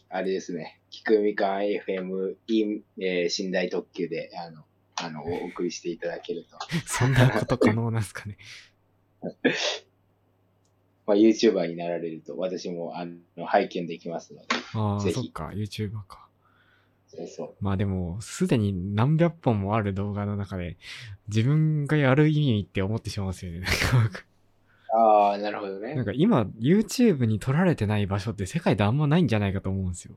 Speaker 1: あれですね、菊みかん FM in、えー、寝台特急で、あの、あの、お送りしていただけると。
Speaker 2: そんなこと可能なんですかね。
Speaker 1: まあ、YouTuber になられると、私も、あの、拝見できますので。
Speaker 2: ああ、
Speaker 1: ぜひ
Speaker 2: そっか、YouTuber か。
Speaker 1: そうそう。
Speaker 2: まあでも、すでに何百本もある動画の中で、自分がやる意味って思ってしまうんですよね。なんか僕
Speaker 1: ああ、なるほど
Speaker 2: な
Speaker 1: ね
Speaker 2: ん。か今、YouTube に撮られてない場所って世界であんまないんじゃないかと思うんですよ。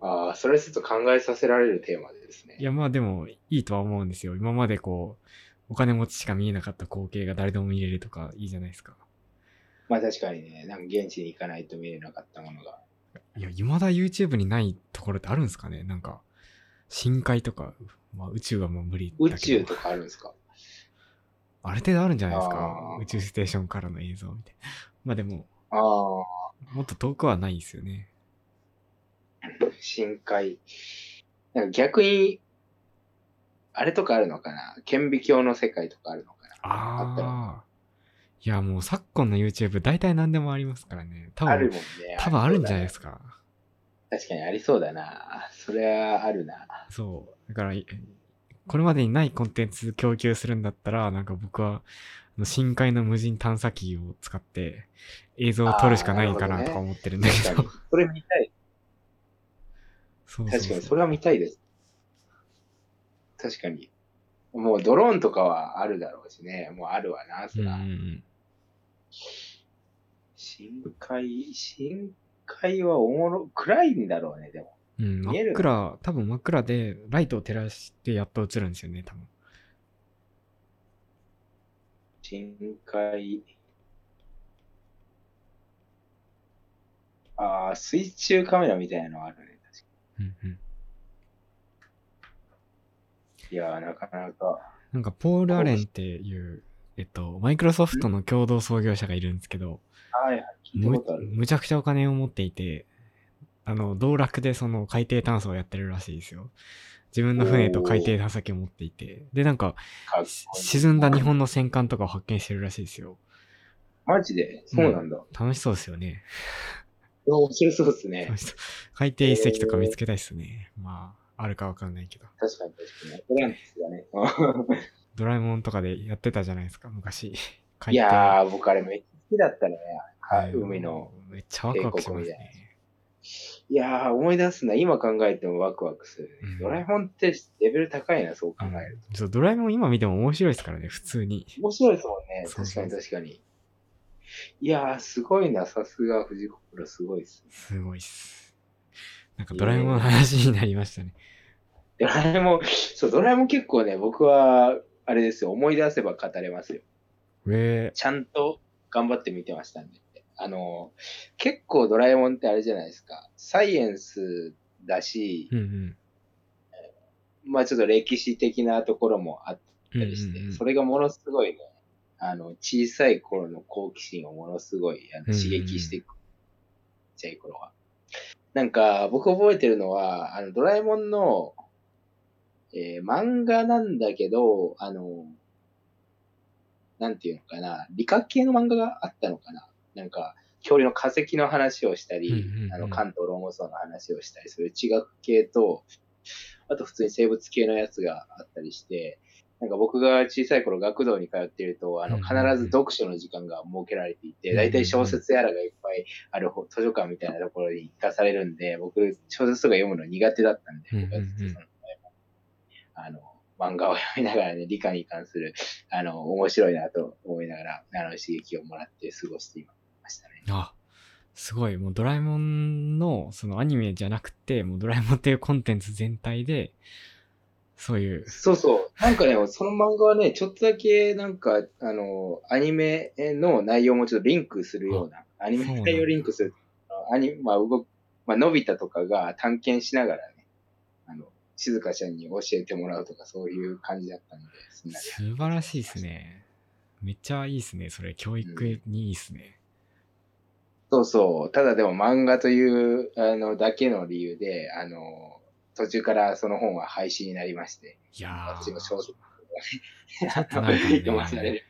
Speaker 1: ああ、それちょっと考えさせられるテーマですね。
Speaker 2: いや、まあでも、いいとは思うんですよ。今までこう、お金持ちしか見えなかった光景が誰でも見れるとか、いいじゃないですか。
Speaker 1: まあ確かにね、なんか現地に行かないと見れなかったものが。
Speaker 2: いや、未だ YouTube にないところってあるんですかねなんか、深海とか、まあ宇宙はもう無理だけど。
Speaker 1: 宇宙とかあるんですか
Speaker 2: ある程度あるんじゃないですか
Speaker 1: あー
Speaker 2: 宇宙ステーションからの映像みたいな。まあでも、
Speaker 1: ああ、
Speaker 2: もっと遠くはないですよね。
Speaker 1: 深海。なんか逆に、あれとかあるのかな顕微鏡の世界とかあるのかなあったら
Speaker 2: ああ。いや、もう昨今の YouTube 大体何でもありますからね。多
Speaker 1: ある
Speaker 2: 分、
Speaker 1: もんね。
Speaker 2: 多分あるんじゃないです
Speaker 1: か。
Speaker 2: か。
Speaker 1: 確かにありそうだな。それはあるな。
Speaker 2: そう。だから、いこれまでにないコンテンツ供給するんだったら、なんか僕は、あの深海の無人探査機を使って映像を撮るしかないか
Speaker 1: あーな
Speaker 2: な
Speaker 1: る
Speaker 2: と
Speaker 1: ほ
Speaker 2: か
Speaker 1: ど
Speaker 2: 思ってるんだけ
Speaker 1: 確か
Speaker 2: ど
Speaker 1: に。。それ見たい。
Speaker 2: そうそ
Speaker 1: 確
Speaker 2: う
Speaker 1: か
Speaker 2: そう
Speaker 1: に、それは見たいです。確かに。もうドローンとかはあるだろうしね。もうあるわな、そ
Speaker 2: うんう
Speaker 1: ら。
Speaker 2: んうん。
Speaker 1: 深海、深海はおもろ、暗いんだろうね、でも。
Speaker 2: うん、
Speaker 1: 見え
Speaker 2: 真
Speaker 1: る
Speaker 2: っ暗、多分真っ暗で、ライトを照らしてやっと映るんですよね、多分。
Speaker 1: 深海。ああ、水中カメラみたいなのあるね。確か
Speaker 2: うんうん。
Speaker 1: にいやー、なかなか。
Speaker 2: なんか、ポール・アレンっていう、えっと、マイクロソフトの共同創業者がいるんですけど、
Speaker 1: はいはい、聞いた
Speaker 2: む
Speaker 1: ことある。
Speaker 2: むちゃくちゃお金を持っていて、あの、道楽でその海底探査をやってるらしいですよ。自分の船と海底探査機を持っていて、で、なんか、
Speaker 1: かっこい
Speaker 2: し
Speaker 1: い
Speaker 2: 沈んだ日本の戦艦とかを発見してるらしいですよ。
Speaker 1: マジでそうなんだ。
Speaker 2: 楽しそうですよね。
Speaker 1: 面白そうですね
Speaker 2: 楽。しそう海底遺跡とか見つけたいですね。まあ、あるかわかんないけど。
Speaker 1: 確かに確かに。アトランティスだね。
Speaker 2: ドラえもんとかでやってたじゃないですか、昔。
Speaker 1: いやー、僕あれめっちゃ好きだったね。はい、海の。。
Speaker 2: めっちゃワクワクします
Speaker 1: 帝国みたい
Speaker 2: ね。
Speaker 1: いやー、思い出すな。今考えてもワクワクするね
Speaker 2: うん。
Speaker 1: ドラえもんってレベル高いな、そう考える
Speaker 2: うんそうドラえもん今見ても面白いですからね、普通に。
Speaker 1: と。面白いですもんね。
Speaker 2: そう
Speaker 1: 確
Speaker 2: そ
Speaker 1: か
Speaker 2: う
Speaker 1: に確かに。いやー、すごいな。さすが藤子プロすごいっす。
Speaker 2: すごいっす。なんかドラえもんの話になりましたね。
Speaker 1: ドラえもん、そう、ドラえもん結構ね、僕は、あれですよ、思い出せば語れますよ。
Speaker 2: え
Speaker 1: ちゃんと頑張って見てましたんで。あの、結構ドラえもんってあれじゃないですか。サイエンスだし
Speaker 2: ー、うんうん
Speaker 1: まあちょっと歴史的なところもあっ
Speaker 2: うん
Speaker 1: た
Speaker 2: うん
Speaker 1: りして、
Speaker 2: うん。
Speaker 1: それがものすごいね、あの、小さい頃の好奇心をものすごいあの
Speaker 2: うんうん
Speaker 1: 刺激していく。ちっちゃい頃は。なんか、僕覚えてるのは、あの、ドラえもんの、えー漫画なんだけど、あの、なんていうのかな、理科系の漫画があったのかな。なんか、恐竜の化石の話をしたり、
Speaker 2: うんうんうん
Speaker 1: あの、関東ローモ層の話をしたり、そういう地学系と、あと普通に生物系のやつがあったりして、なんか僕が小さい頃学童に通っていると、あの、
Speaker 2: うん
Speaker 1: 必
Speaker 2: うんうん
Speaker 1: ず読書の時間が設けられていて、
Speaker 2: うんうんうん
Speaker 1: 大体小説やらがいっぱいある図書館みたいなところに行かされるんで、僕、小説とか読むの苦手だったんで、僕はずっとその、あの、漫画を読みながらね、理科に関する、あの、面白いなと思いながら、あの、刺激をもらって過ごしていましたね。
Speaker 2: あ、すごい。もうドラえもんの、そのアニメじゃなくて、もうドラえもんっていうコンテンツ全体で、そういう。
Speaker 1: そうそう。なんかね、その漫画はね、ちょっとだけ、なんか、あの、アニメの内容もちょっとリンクするような、アニメの内容をリンクする。アニまあ、動く、まあ、のび太とかが探検しながらね、あの、静香ちゃんに教えてもらうとか、そういう感じだったので、すんなり
Speaker 2: 素晴らしいですね。めっちゃいいですね。それ、教育にいいですね。
Speaker 1: そうそう。ただでも漫画という、あの、だけの理由で、あの、途中からその本は廃止になりまして、
Speaker 2: いや
Speaker 1: 私の小
Speaker 2: ー、
Speaker 1: 説
Speaker 2: ちょっとなん かね
Speaker 1: 読まされる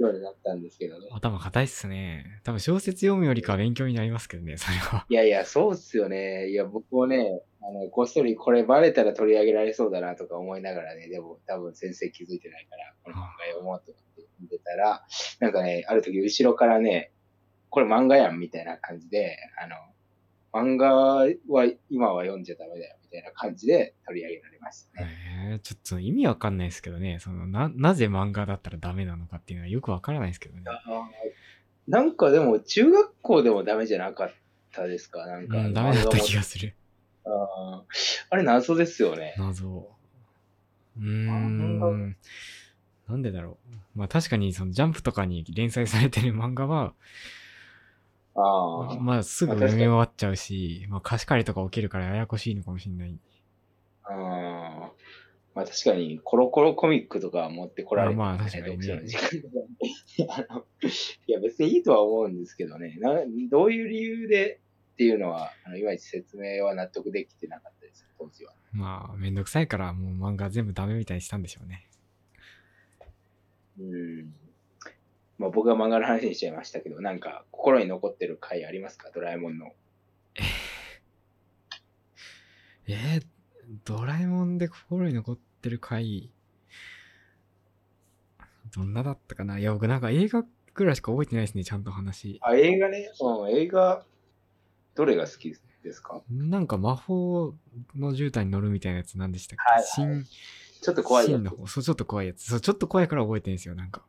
Speaker 1: ようになったんですけどね。
Speaker 2: 頭固いっすね。多分小説読むよりかは勉強になりますけどね、それは。
Speaker 1: いやいや、そうっすよね。いや、僕もね、あの、こっそりこれバレたら取り上げられそうだなとか思いながらね、でも多分先生気づいてないから、この漫画読もうと思って見てたら、なんかね、ある時後ろからね、これ漫画やんみたいな感じで、あの、漫画は今は読んじゃダメだよみたいな感じで取り上げられましたね。
Speaker 2: えー、ちょっと意味わかんないですけどね、そのな、なぜ漫画だったらダメなのかっていうのはよくわからないですけどね。
Speaker 1: なんかでも中学校でもダメじゃなかったですかなんか、
Speaker 2: うん、ダメだった気がする。
Speaker 1: あーあれ謎ですよね。
Speaker 2: 謎。うー
Speaker 1: あ漫
Speaker 2: ん。なんでだろう。まあ確かに、そのジャンプとかに連載されてる漫画は、
Speaker 1: ああ。
Speaker 2: まあすぐ
Speaker 1: まあ確
Speaker 2: 読み
Speaker 1: かに
Speaker 2: 終わっちゃうし、まあ貸し借りとか起きるからややこしいのかもしれない。
Speaker 1: あーまあ確かに、コロコロコミックとかは持ってこられて、
Speaker 2: まあまあ確かにね
Speaker 1: 読書の時間とかにあの いや、別にいいとは思うんですけどね。などういう理由でっていうのは、あのいまいち説明は納得できてなかったです、当時は。
Speaker 2: まあめんどくさいからもう漫画全部ダメみたいにしたんでしょうね。
Speaker 1: うん。まあ僕が漫画の話にしちゃいましたけど、なんか心に残ってる回ありますかドラえもんの。
Speaker 2: えー、ドラえもんで心に残ってる回、どんなだったかないや僕なんか映画ぐらいしか覚えてないですね、ちゃんと話。
Speaker 1: あ、映画ね。うん、映画、どれが好きですか
Speaker 2: なんか魔法の絨毯に乗るみたいなやつなんでしたっけ、
Speaker 1: はいはい
Speaker 2: 新
Speaker 1: ちょっと怖い
Speaker 2: シ
Speaker 1: やつ
Speaker 2: ーンの方そう、ちょっと怖いやつ。そう、ちょっと怖いから覚えてるんですよ、なんか。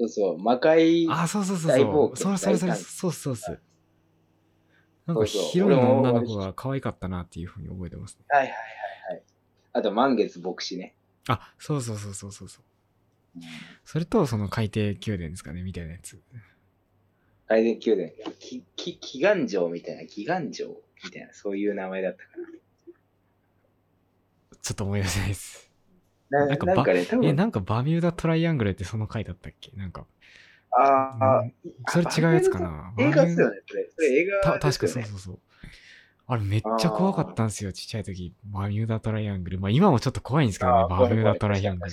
Speaker 1: そうそう、魔界。
Speaker 2: あ、そうそうそう
Speaker 1: 大
Speaker 2: そ
Speaker 1: 冒
Speaker 2: う。
Speaker 1: 険
Speaker 2: それそれそれ、
Speaker 1: 大胆
Speaker 2: そうそうそう。なん
Speaker 1: そ
Speaker 2: か
Speaker 1: うそう
Speaker 2: ヒロインの女の
Speaker 1: 俺
Speaker 2: 子
Speaker 1: も
Speaker 2: が可愛かったなっていうふうに覚えてますね。
Speaker 1: はいはいはいはい。あと、満月牧師ね。
Speaker 2: あ、そうそうそうそうそうそう。それと、その海底宮殿ですかね、みたいなやつ。
Speaker 1: 大殿宮殿。き、き、祈願城みたいな、祈願城みたいな、そういう名前だったか
Speaker 2: ちょっと思い出せないです。
Speaker 1: な。
Speaker 2: な
Speaker 1: なん
Speaker 2: か
Speaker 1: ん
Speaker 2: ば
Speaker 1: かなんかね、多
Speaker 2: え、
Speaker 1: 分、
Speaker 2: なんかバミューダトライアングルってその回だったっけなんか。
Speaker 1: ああ
Speaker 2: うん、それ違うやつかな。
Speaker 1: 映画っすよ
Speaker 2: ね。
Speaker 1: ね、それ。それ映画、
Speaker 2: た、
Speaker 1: ね。
Speaker 2: 確かそうそうそう。あれめっちゃ怖かったんですよ、ちっちゃい時。バミューダトライアングル。まあ今もちょっと怖いんですけどね
Speaker 1: あ、ー
Speaker 2: バミューダトライアングル。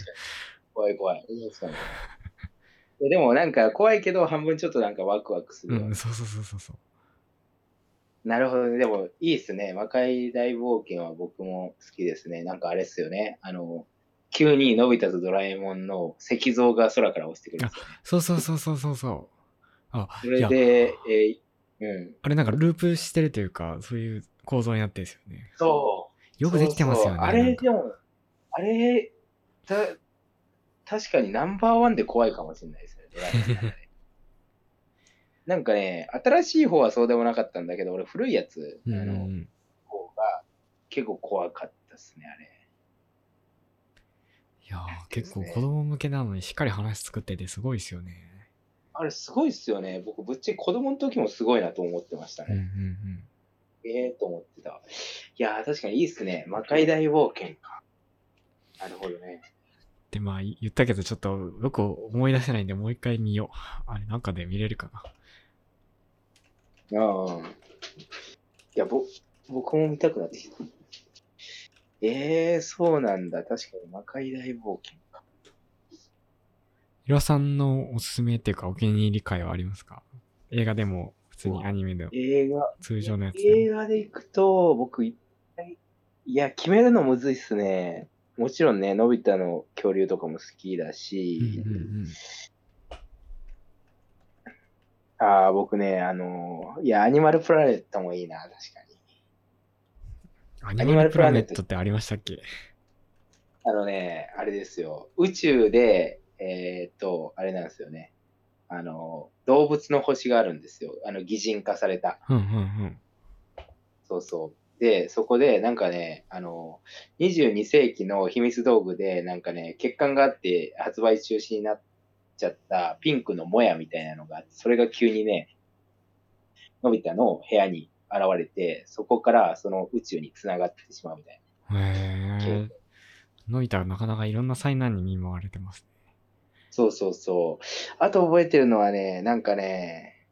Speaker 1: 怖い怖い。確かに確かに怖い。でもなんか怖いけど半分ちょっとなんかワクワクする
Speaker 2: う、
Speaker 1: ようなん
Speaker 2: そうそうそうそうそう。
Speaker 1: なるほどね。でもいいっすね。魔界大冒険は僕も好きですね。なんかあれっすよね。あの、急にのび太とドラえもんの石像が空から落ちてくるんですよね。
Speaker 2: そうそうそうそうそうそう。あ、
Speaker 1: それ
Speaker 2: いや
Speaker 1: で、えーうん。
Speaker 2: あれなんかループしてるというか、そういう構造になってるんですよね。
Speaker 1: そう。
Speaker 2: よくできてますよ
Speaker 1: そう
Speaker 2: ね。
Speaker 1: そうあ
Speaker 2: な
Speaker 1: れ
Speaker 2: んか
Speaker 1: でも、あれ、た、確かにナンバーワンで怖いかもしれないですねドラえもんの中 で。なんかね、新しい方はそうでもなかったんだけど、俺古いやつ、あ
Speaker 2: うんうんう
Speaker 1: の、
Speaker 2: ん。
Speaker 1: 方が結構怖かったですね、あれ。
Speaker 2: いやー結構
Speaker 1: ですね
Speaker 2: 子供向けなのにしっかり話作っててすごいですよね。
Speaker 1: あれすごいっすよね。僕、ぶっちゃけ子供の時もすごいなと思ってました
Speaker 2: うんうん
Speaker 1: ね。ええと思ってた。いやー、確かにいいっすね。魔界大冒険か。なるほどね。
Speaker 2: うん。で、まあ言ったけどちょっとよく思い出せないんでもう一回見よう。あれなんかで見れるかな。
Speaker 1: ああ。いや、ぼ、僕も見たくなってきた。ええー、そうなんだ。確かに魔界大冒険か。
Speaker 2: ヒロさんのおすすめっていうかお気に入り回はありますか映画でも普通にアニメでも
Speaker 1: 映画、
Speaker 2: 通常のやつでも
Speaker 1: 映画で行くと、僕、いいや、決めるのむずいっすね。もちろんね、のび太の恐竜とかも好きだし、
Speaker 2: うんうんうん
Speaker 1: ああ、僕ね、あのー、いや、アニマルプラネットもいいな、確かに。
Speaker 2: アニマルプラネットってありましたっけ
Speaker 1: あのね、あれですよ。宇宙で、えーっと、あれなんですよね。あの、動物の星があるんですよ。あの、擬人化された。
Speaker 2: うんうんうん。
Speaker 1: そうそう。で、そこで、なんかね、あの、22世紀の秘密道具で、なんかね、欠陥があって発売中止になっちゃったピンクのもやみたいなのがあって、それが急にね、のび太の部屋に現れて、そこからその宇宙に繋がってしまうみたい
Speaker 2: へえ。のび太はなかなかいろんな災難に見舞われてます
Speaker 1: な。そうそうそう。あと覚えてるのはね、なんかね、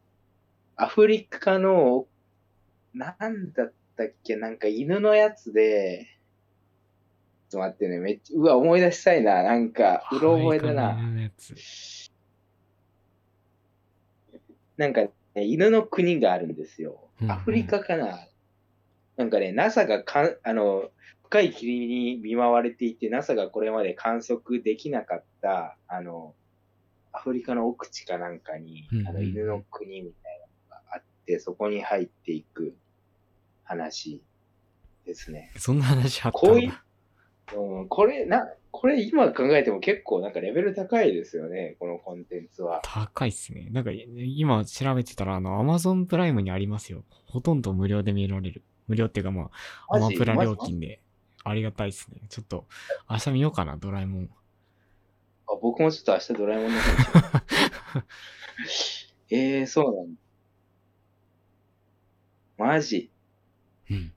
Speaker 1: アフリカの、なんだったっけ、なんか犬のやつで、ちょっと待ってね、めっちゃ、うわ、思い出したいな、なんか、
Speaker 2: ね。
Speaker 1: うろ覚えだ
Speaker 2: アフリ
Speaker 1: な。
Speaker 2: カのやつ
Speaker 1: なんか、ね、犬の国があるんですよ
Speaker 2: う。んうん
Speaker 1: アフリカかな、なんかね、NASA がかんあの深い霧に見舞われていて、NASA がこれまで観測できなかった、あの、アフリカの奥地かなんかに
Speaker 2: うんう、ん
Speaker 1: あの犬の国みたいなのがあって、そこに入っていく話ですね。
Speaker 2: そんな話あった
Speaker 1: こういううん、これ、な、これ今考えても結構なんかレベル高いですよね、このコンテンツは。
Speaker 2: 高いっすね。なんかい今調べてたら、あの、Amazon プライムにありますよ。ほとんど無料で見られる。無料っていうかまあ、
Speaker 1: マ
Speaker 2: アマ
Speaker 1: ジ
Speaker 2: プラ料
Speaker 1: マジ
Speaker 2: 金で。ありがたいっすね。ちょっと、明日見ようかな、ドラえもん。
Speaker 1: あ僕もちょっと明日ドラえもんの話を ええー、そうなんだ。マジ
Speaker 2: うん。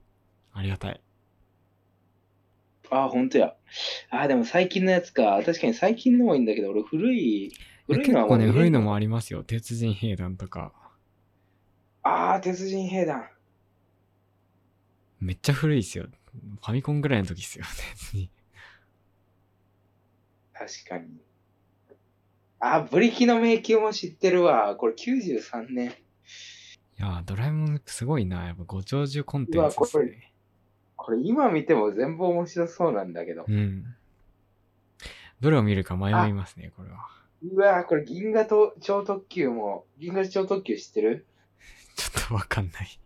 Speaker 2: ありがたい。
Speaker 1: あ、ほんとや。あ、でも最近のやつか。確かに最近のもいいんだけど、俺古い、
Speaker 2: いや
Speaker 1: 古い
Speaker 2: 結
Speaker 1: のはもう
Speaker 2: 構ね、
Speaker 1: 見れん
Speaker 2: 古いのもありますよ。鉄人兵団とか。
Speaker 1: あー、鉄人兵団。
Speaker 2: めっちゃ古いっすよ。ファミコンぐらいの時っすよ、 鉄人。
Speaker 1: 確かに。あ、ブリキの迷宮も知ってるわ。これ93年。
Speaker 2: いやー、ドラえもんすごいな。やっぱご長寿コンテンツです
Speaker 1: うわ
Speaker 2: ね。
Speaker 1: これ今見ても全部面白そうなんだけど
Speaker 2: う。ん。どれを見るか迷いますね、これは。
Speaker 1: うわー、これ銀河と超特急も、銀河超特急知ってる
Speaker 2: ちょっとわかんない。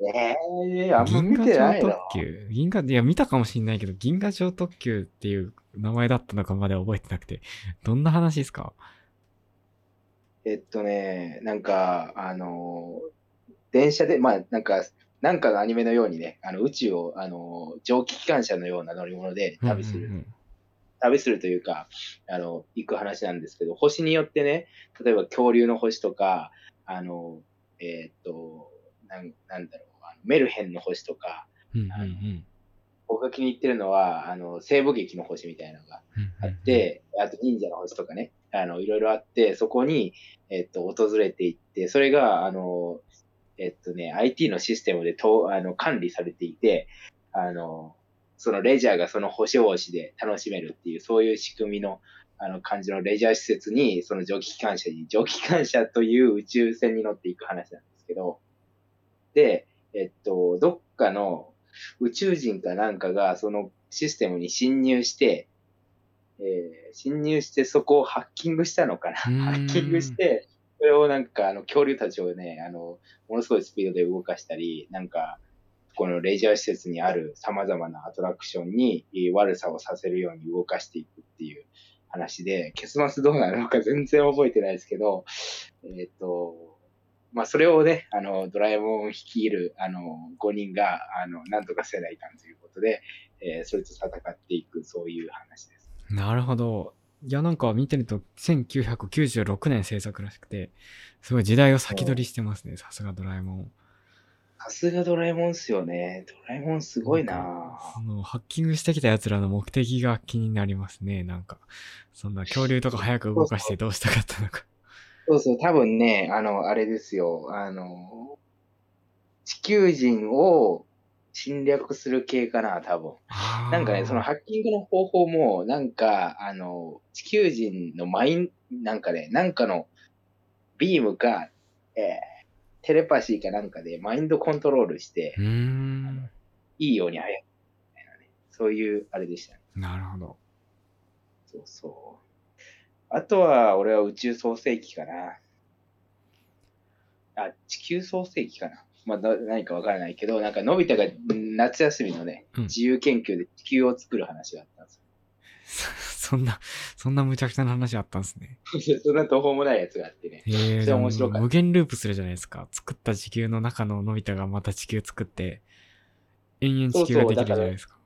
Speaker 1: ええー、あんま見てない
Speaker 2: 銀河超
Speaker 1: な
Speaker 2: 特。急銀河、いや、見たかもしんないけど、銀河超特急っていう名前だったのかまで覚えてなくて、どんな話ですか
Speaker 1: えっとね、なんか、あのー電車で、まあ、なんか、なんかのアニメのようにね、あの宇宙を、あのー蒸気機関車のような乗り物で旅する、
Speaker 2: うんうんうん
Speaker 1: 旅するというか、あの、行く話なんですけど、星によってね、例えば恐竜の星とか、あのーえーっと、なんなんだろう、あのメルヘンの星とか、
Speaker 2: うんうんうん
Speaker 1: 僕が気に入ってるのは、あの、西部劇の星みたいなのが
Speaker 2: うん
Speaker 1: あっ、て、あと忍者の星とかね、あの、いろいろあって、そこに、えっと、訪れていって、それが、あの、えっとね、IT のシステムでとあの管理されていて、あの、そのレジャーがその星々で楽しめるっていう、そういう仕組みの、あの、感じのレジャー施設に、その蒸気機関車に、蒸気機関車という宇宙船に乗っていく話なんですけど、で、えっと、どっかの宇宙人かなんかが、そのシステムに侵入して、えー侵入してそこをハッキングしたのかな。
Speaker 2: うーん
Speaker 1: ハッキングして、それをなんか、あの、恐竜たちをね、あの、ものすごいスピードで動かしたり、なんか、このレジャー施設にある様々なアトラクションにえー悪さをさせるように動かしていくっていう話で、結末どうなるのか 全然覚えてないですけど、えーっ、と、まあ、それをね、あの、ドラえもん率いる、あの、5人が、あの、なんとか世代間ということで、えーそれと戦っていく、そういう話です。
Speaker 2: なるほど。いや、なんか見てると、1996年制作らしくて、すごい時代を先取りしてますね、さすがドラえもん。
Speaker 1: さすがドラえもんっすよね。ドラえもんすごいなぁ
Speaker 2: そのハッキングしてきた奴らの目的が気になりますね、なんか。そんな恐竜とか早く動かしてどうしたかったのか。
Speaker 1: そうそう、多分ね、あの、あれですよ、あの、地球人を侵略する系かな、多分。なんかね、その
Speaker 2: あー
Speaker 1: ハッキングの方法も、なんか、あの、地球人のマイン、なんかね、なんかのビームか、えーテレパシーかなんかでマインドコントロールして
Speaker 2: う、ーん。
Speaker 1: いいように早く、みたいなね。そういう、あれでしたね。
Speaker 2: なるほど。
Speaker 1: そうそう。あとは、俺は宇宙創世記かな。あ、地球創世記かな。まあ、な何かわからないけど、なんか、のび太がん夏休みのね、
Speaker 2: うん
Speaker 1: 自由研究で地球を作る話があったんですよ。
Speaker 2: そ そんな、そんな無茶苦茶な話あったんですね。
Speaker 1: そんな途方もないやつがあってね。
Speaker 2: へえ
Speaker 1: それ面白かった
Speaker 2: 無限ループするじゃないですか。作った地球の中ののび太がまた地球作って、延々地球ができるじゃないですか。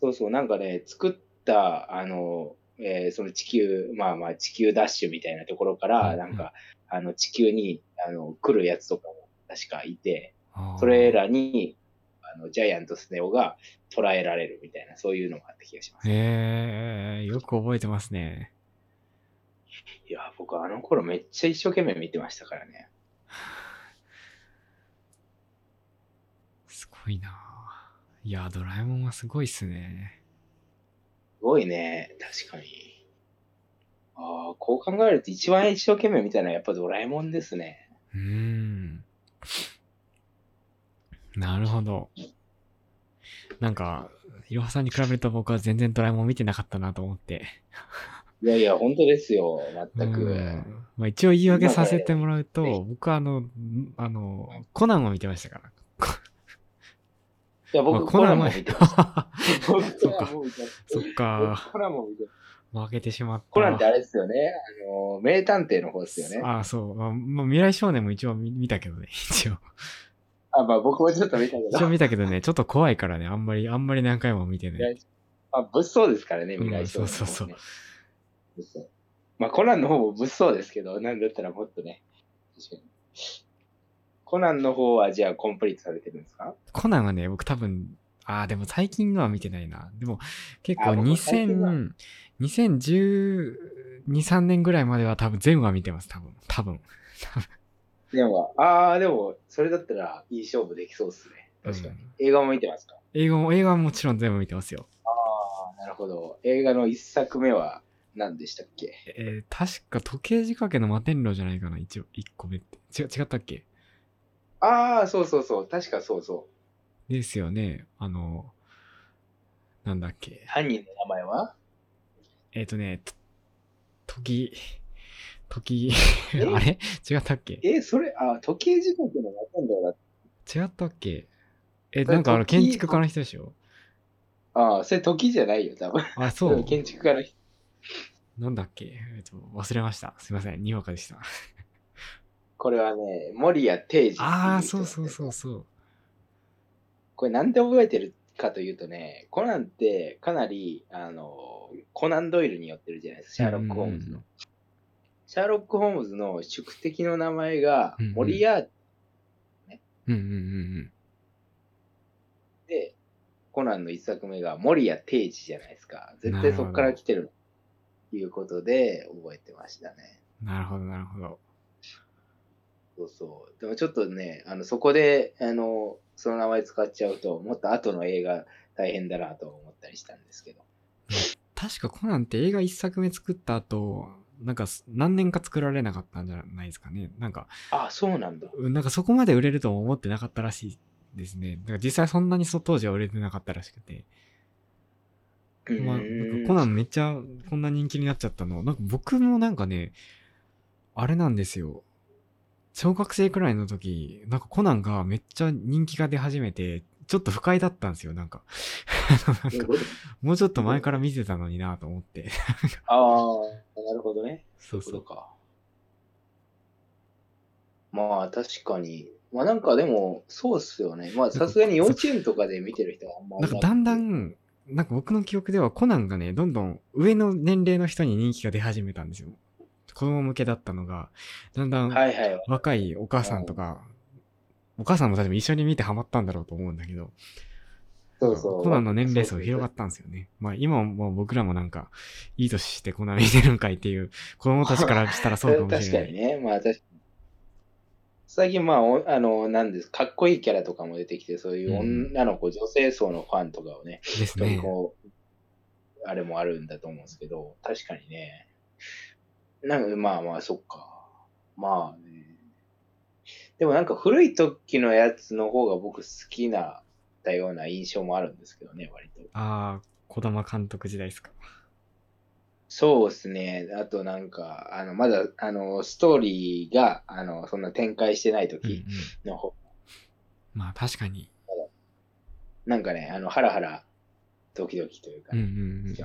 Speaker 1: そうそう、なんかね、作った、あの、えーその地球、まあまあ地球ダッシュみたいなところか
Speaker 2: う
Speaker 1: ら、
Speaker 2: ん
Speaker 1: なんか、あの、地球に、あの、来るやつとかも確かいて、
Speaker 2: あー
Speaker 1: それらに、あの、ジャイアントスネ夫が捕らえられるみたいな、そういうのもあった気がします。
Speaker 2: へえよく覚えてますね。
Speaker 1: いや、僕あの頃めっちゃ一生懸命見てましたからね。
Speaker 2: すごいなあいや、ドラえもんはすごいっすね。
Speaker 1: すごいね、確かに。ああ、こう考えると一番一生懸命見たのはやっぱドラえもんですね。
Speaker 2: うーん。なるほど。なんか、いろはさんに比べると僕は全然ドラえもん見てなかったなと思って。
Speaker 1: いやいや、本当ですよ、
Speaker 2: う
Speaker 1: 全く。
Speaker 2: んまあ、一応言い訳させてもらう
Speaker 1: なんか
Speaker 2: と、僕はあの、んあの、コナンを見てましたから。
Speaker 1: いや、
Speaker 2: まあ
Speaker 1: 僕、コラムを見てました。
Speaker 2: は
Speaker 1: 僕
Speaker 2: そっ
Speaker 1: コ
Speaker 2: か
Speaker 1: ラムを見てました
Speaker 2: そっか、
Speaker 1: 僕コラムを見てました
Speaker 2: 負けてしまった。
Speaker 1: コラムってあれですよね。あの、名探偵の方ですよね。
Speaker 2: ああ、そう。まあ、まあ未来少年も一応見見たけどね、 一応。
Speaker 1: あ、まあ僕もちょっと見たけ
Speaker 2: 一応
Speaker 1: ど。
Speaker 2: 見たけどね、ちょっと怖いからね、あんまり、あんまり何回も見て
Speaker 1: 未
Speaker 2: ね。
Speaker 1: 来まあ、物騒ですからね、未来少年、
Speaker 2: うんそうそうそう
Speaker 1: ね。物騒まあ、コナンの方も物騒ですけど、なんだったらもっとね。確かにコナンの方はじゃあコンプリートされてるんですか
Speaker 2: コナンはね、僕多分、ああ、でも最近のは見てないな。でも、結
Speaker 1: あ
Speaker 2: 構
Speaker 1: 僕も最近のは
Speaker 2: 2000、2012、3年ぐらいまでは多分全部は見てます、多分。多分。
Speaker 1: でも、ああ、でも、それだったらいい勝負できそうですね。確かに。
Speaker 2: うん
Speaker 1: 映画も見てますか
Speaker 2: 映画も、映画はもちろん全部見てますよ。
Speaker 1: ああ、なるほど。映画の一作目は何でしたっけ
Speaker 2: えー確か時計仕掛けの摩天楼じゃないかな、一応、1個目って。違違ったっけ
Speaker 1: ああ、そうそうそう。確かそうそう。
Speaker 2: ですよね。あの、なんだっけ。
Speaker 1: 犯人の名前は
Speaker 2: えっ、とね、と時、時、
Speaker 1: え
Speaker 2: あれ違ったっけ
Speaker 1: え、それ、あ、時計時刻の摩天楼だっ
Speaker 2: 違ったっけえ、
Speaker 1: それ
Speaker 2: なんかあの、
Speaker 1: 時
Speaker 2: 建築家の人でしょ
Speaker 1: た。ああ、それ時じゃないよ、多分。
Speaker 2: あ、そ う。
Speaker 1: 建築家の人。
Speaker 2: なんだっけえっ、と、忘れました。すいません。にわか でした。
Speaker 1: これはね、森谷定治。
Speaker 2: ああ、そうそうそう。そう。
Speaker 1: これなんで覚えてるかというとね、コナンってかなり、あの、コナンドイルによってるじゃないですか、シャーロック・ホームズの。シャーロック・ホームズの宿敵の名前が
Speaker 2: うんうん
Speaker 1: モリアーティ
Speaker 2: うんうんうん
Speaker 1: で、コナンの一作目がモリア・テイジじゃないですか。絶対そこから来てるということで覚えてましたね。
Speaker 2: うん。なるほど、なるほど。
Speaker 1: そうそう。でもちょっとね、あのそこであのその名前使っちゃうと、もっと後の映画大変だなと思ったりしたんですけど。
Speaker 2: 確かコナンって映画一作目作った後、なんかす何年か作られなかったんじゃないですかね。なんか、
Speaker 1: あ、そうなんだ。
Speaker 2: うんなんかそこまで売れるとも思ってなかったらしいですね。だから実際そんなにそ当時は売れてなかったらしくて。まあ、
Speaker 1: う
Speaker 2: なん
Speaker 1: ーん
Speaker 2: かコナンめっちゃこんな人気になっちゃったの。なんか僕もなんかね、あれなんですよ。小学生くらいの時、なんかコナンがめっちゃ人気が出始めて、ちょっと不快だったんですよ、なんか。 なんかもうちょっと前から見てたのになと思って。
Speaker 1: ああ、なるほどね。
Speaker 2: そう
Speaker 1: そ
Speaker 2: そうう。
Speaker 1: か。まあ確かに。まあなんかでも、そうっすよね。まあさすがに幼稚園とかで見てる人はあんま
Speaker 2: なん
Speaker 1: い
Speaker 2: か
Speaker 1: い
Speaker 2: だんだん、なんか僕の記憶ではコナンがね、どんどん上の年齢の人に人気が出始めたんですよ。子供向けだったのが、だんだん
Speaker 1: はいはい。
Speaker 2: 若いお母さんとか、お母さんも多分一緒に見てハマったんだろうと思うんだけど、
Speaker 1: そうそう。
Speaker 2: コナンの年齢層広が
Speaker 1: っ
Speaker 2: ったんですよね。まあ今はもう僕らもなんか、いい年してコナン見てるんかいっていう、子供たちからしたらそうかもし
Speaker 1: 確か
Speaker 2: れない。
Speaker 1: にね。まあ確かに。最近まあ、おあの、なんですか、っこいいキャラとかも出てきて、そういう
Speaker 2: うん
Speaker 1: 女の子、女性層のファンとかをね、
Speaker 2: です
Speaker 1: 取り
Speaker 2: ね。
Speaker 1: 込むあれもあるんだと思うんですけど、確かにね。なんかまあまあ、そっか。まあね。でもなんか古い時のやつの方が僕好きな、たような印象もあるんですけどね、割と。
Speaker 2: ああ、児玉監督時代ですか。
Speaker 1: そうですね。あとなんか、あの、まだ、あの、ストーリーが、あの、そんな展開してない
Speaker 2: うんう
Speaker 1: 時
Speaker 2: ん。
Speaker 1: の方、
Speaker 2: まあ確かに。
Speaker 1: なんかね、あの、ハラハラ、ドキドキというか
Speaker 2: うんう
Speaker 1: ね、
Speaker 2: んうんうん。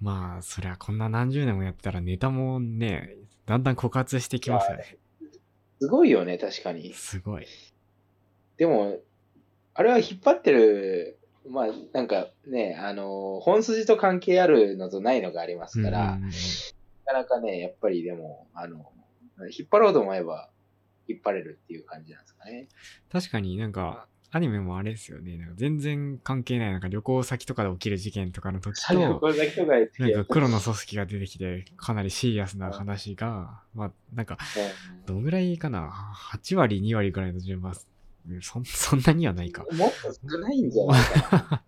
Speaker 2: まあ、そりゃこんな何十年もやってたらネタもね、だんだん枯渇してきますよね。
Speaker 1: すごいよね、確かに。
Speaker 2: すごい。
Speaker 1: でも、あれは引っ張ってる、まあ、なんかね、あのー本筋と関係あるのとないのがありますから、
Speaker 2: うんうんうん
Speaker 1: なかなかね、やっぱりでも、あの、引っ張ろうと思えば、引っ張れるっていう感じなんですかね。
Speaker 2: 確かになんか、アニメもあれですよね。なんか全然関係ない、なんか旅行先とかで起きる事件とかの時
Speaker 1: 最後、
Speaker 2: と
Speaker 1: こ、れだけとか言って、
Speaker 2: なんか黒の組織が出てきて、かなりシリアスな話が、まあ、なんか、どんぐらいかな ?8 割、2割ぐらいの順番。うんそん そんなにはないか。
Speaker 1: うんもっと少ないんじゃないか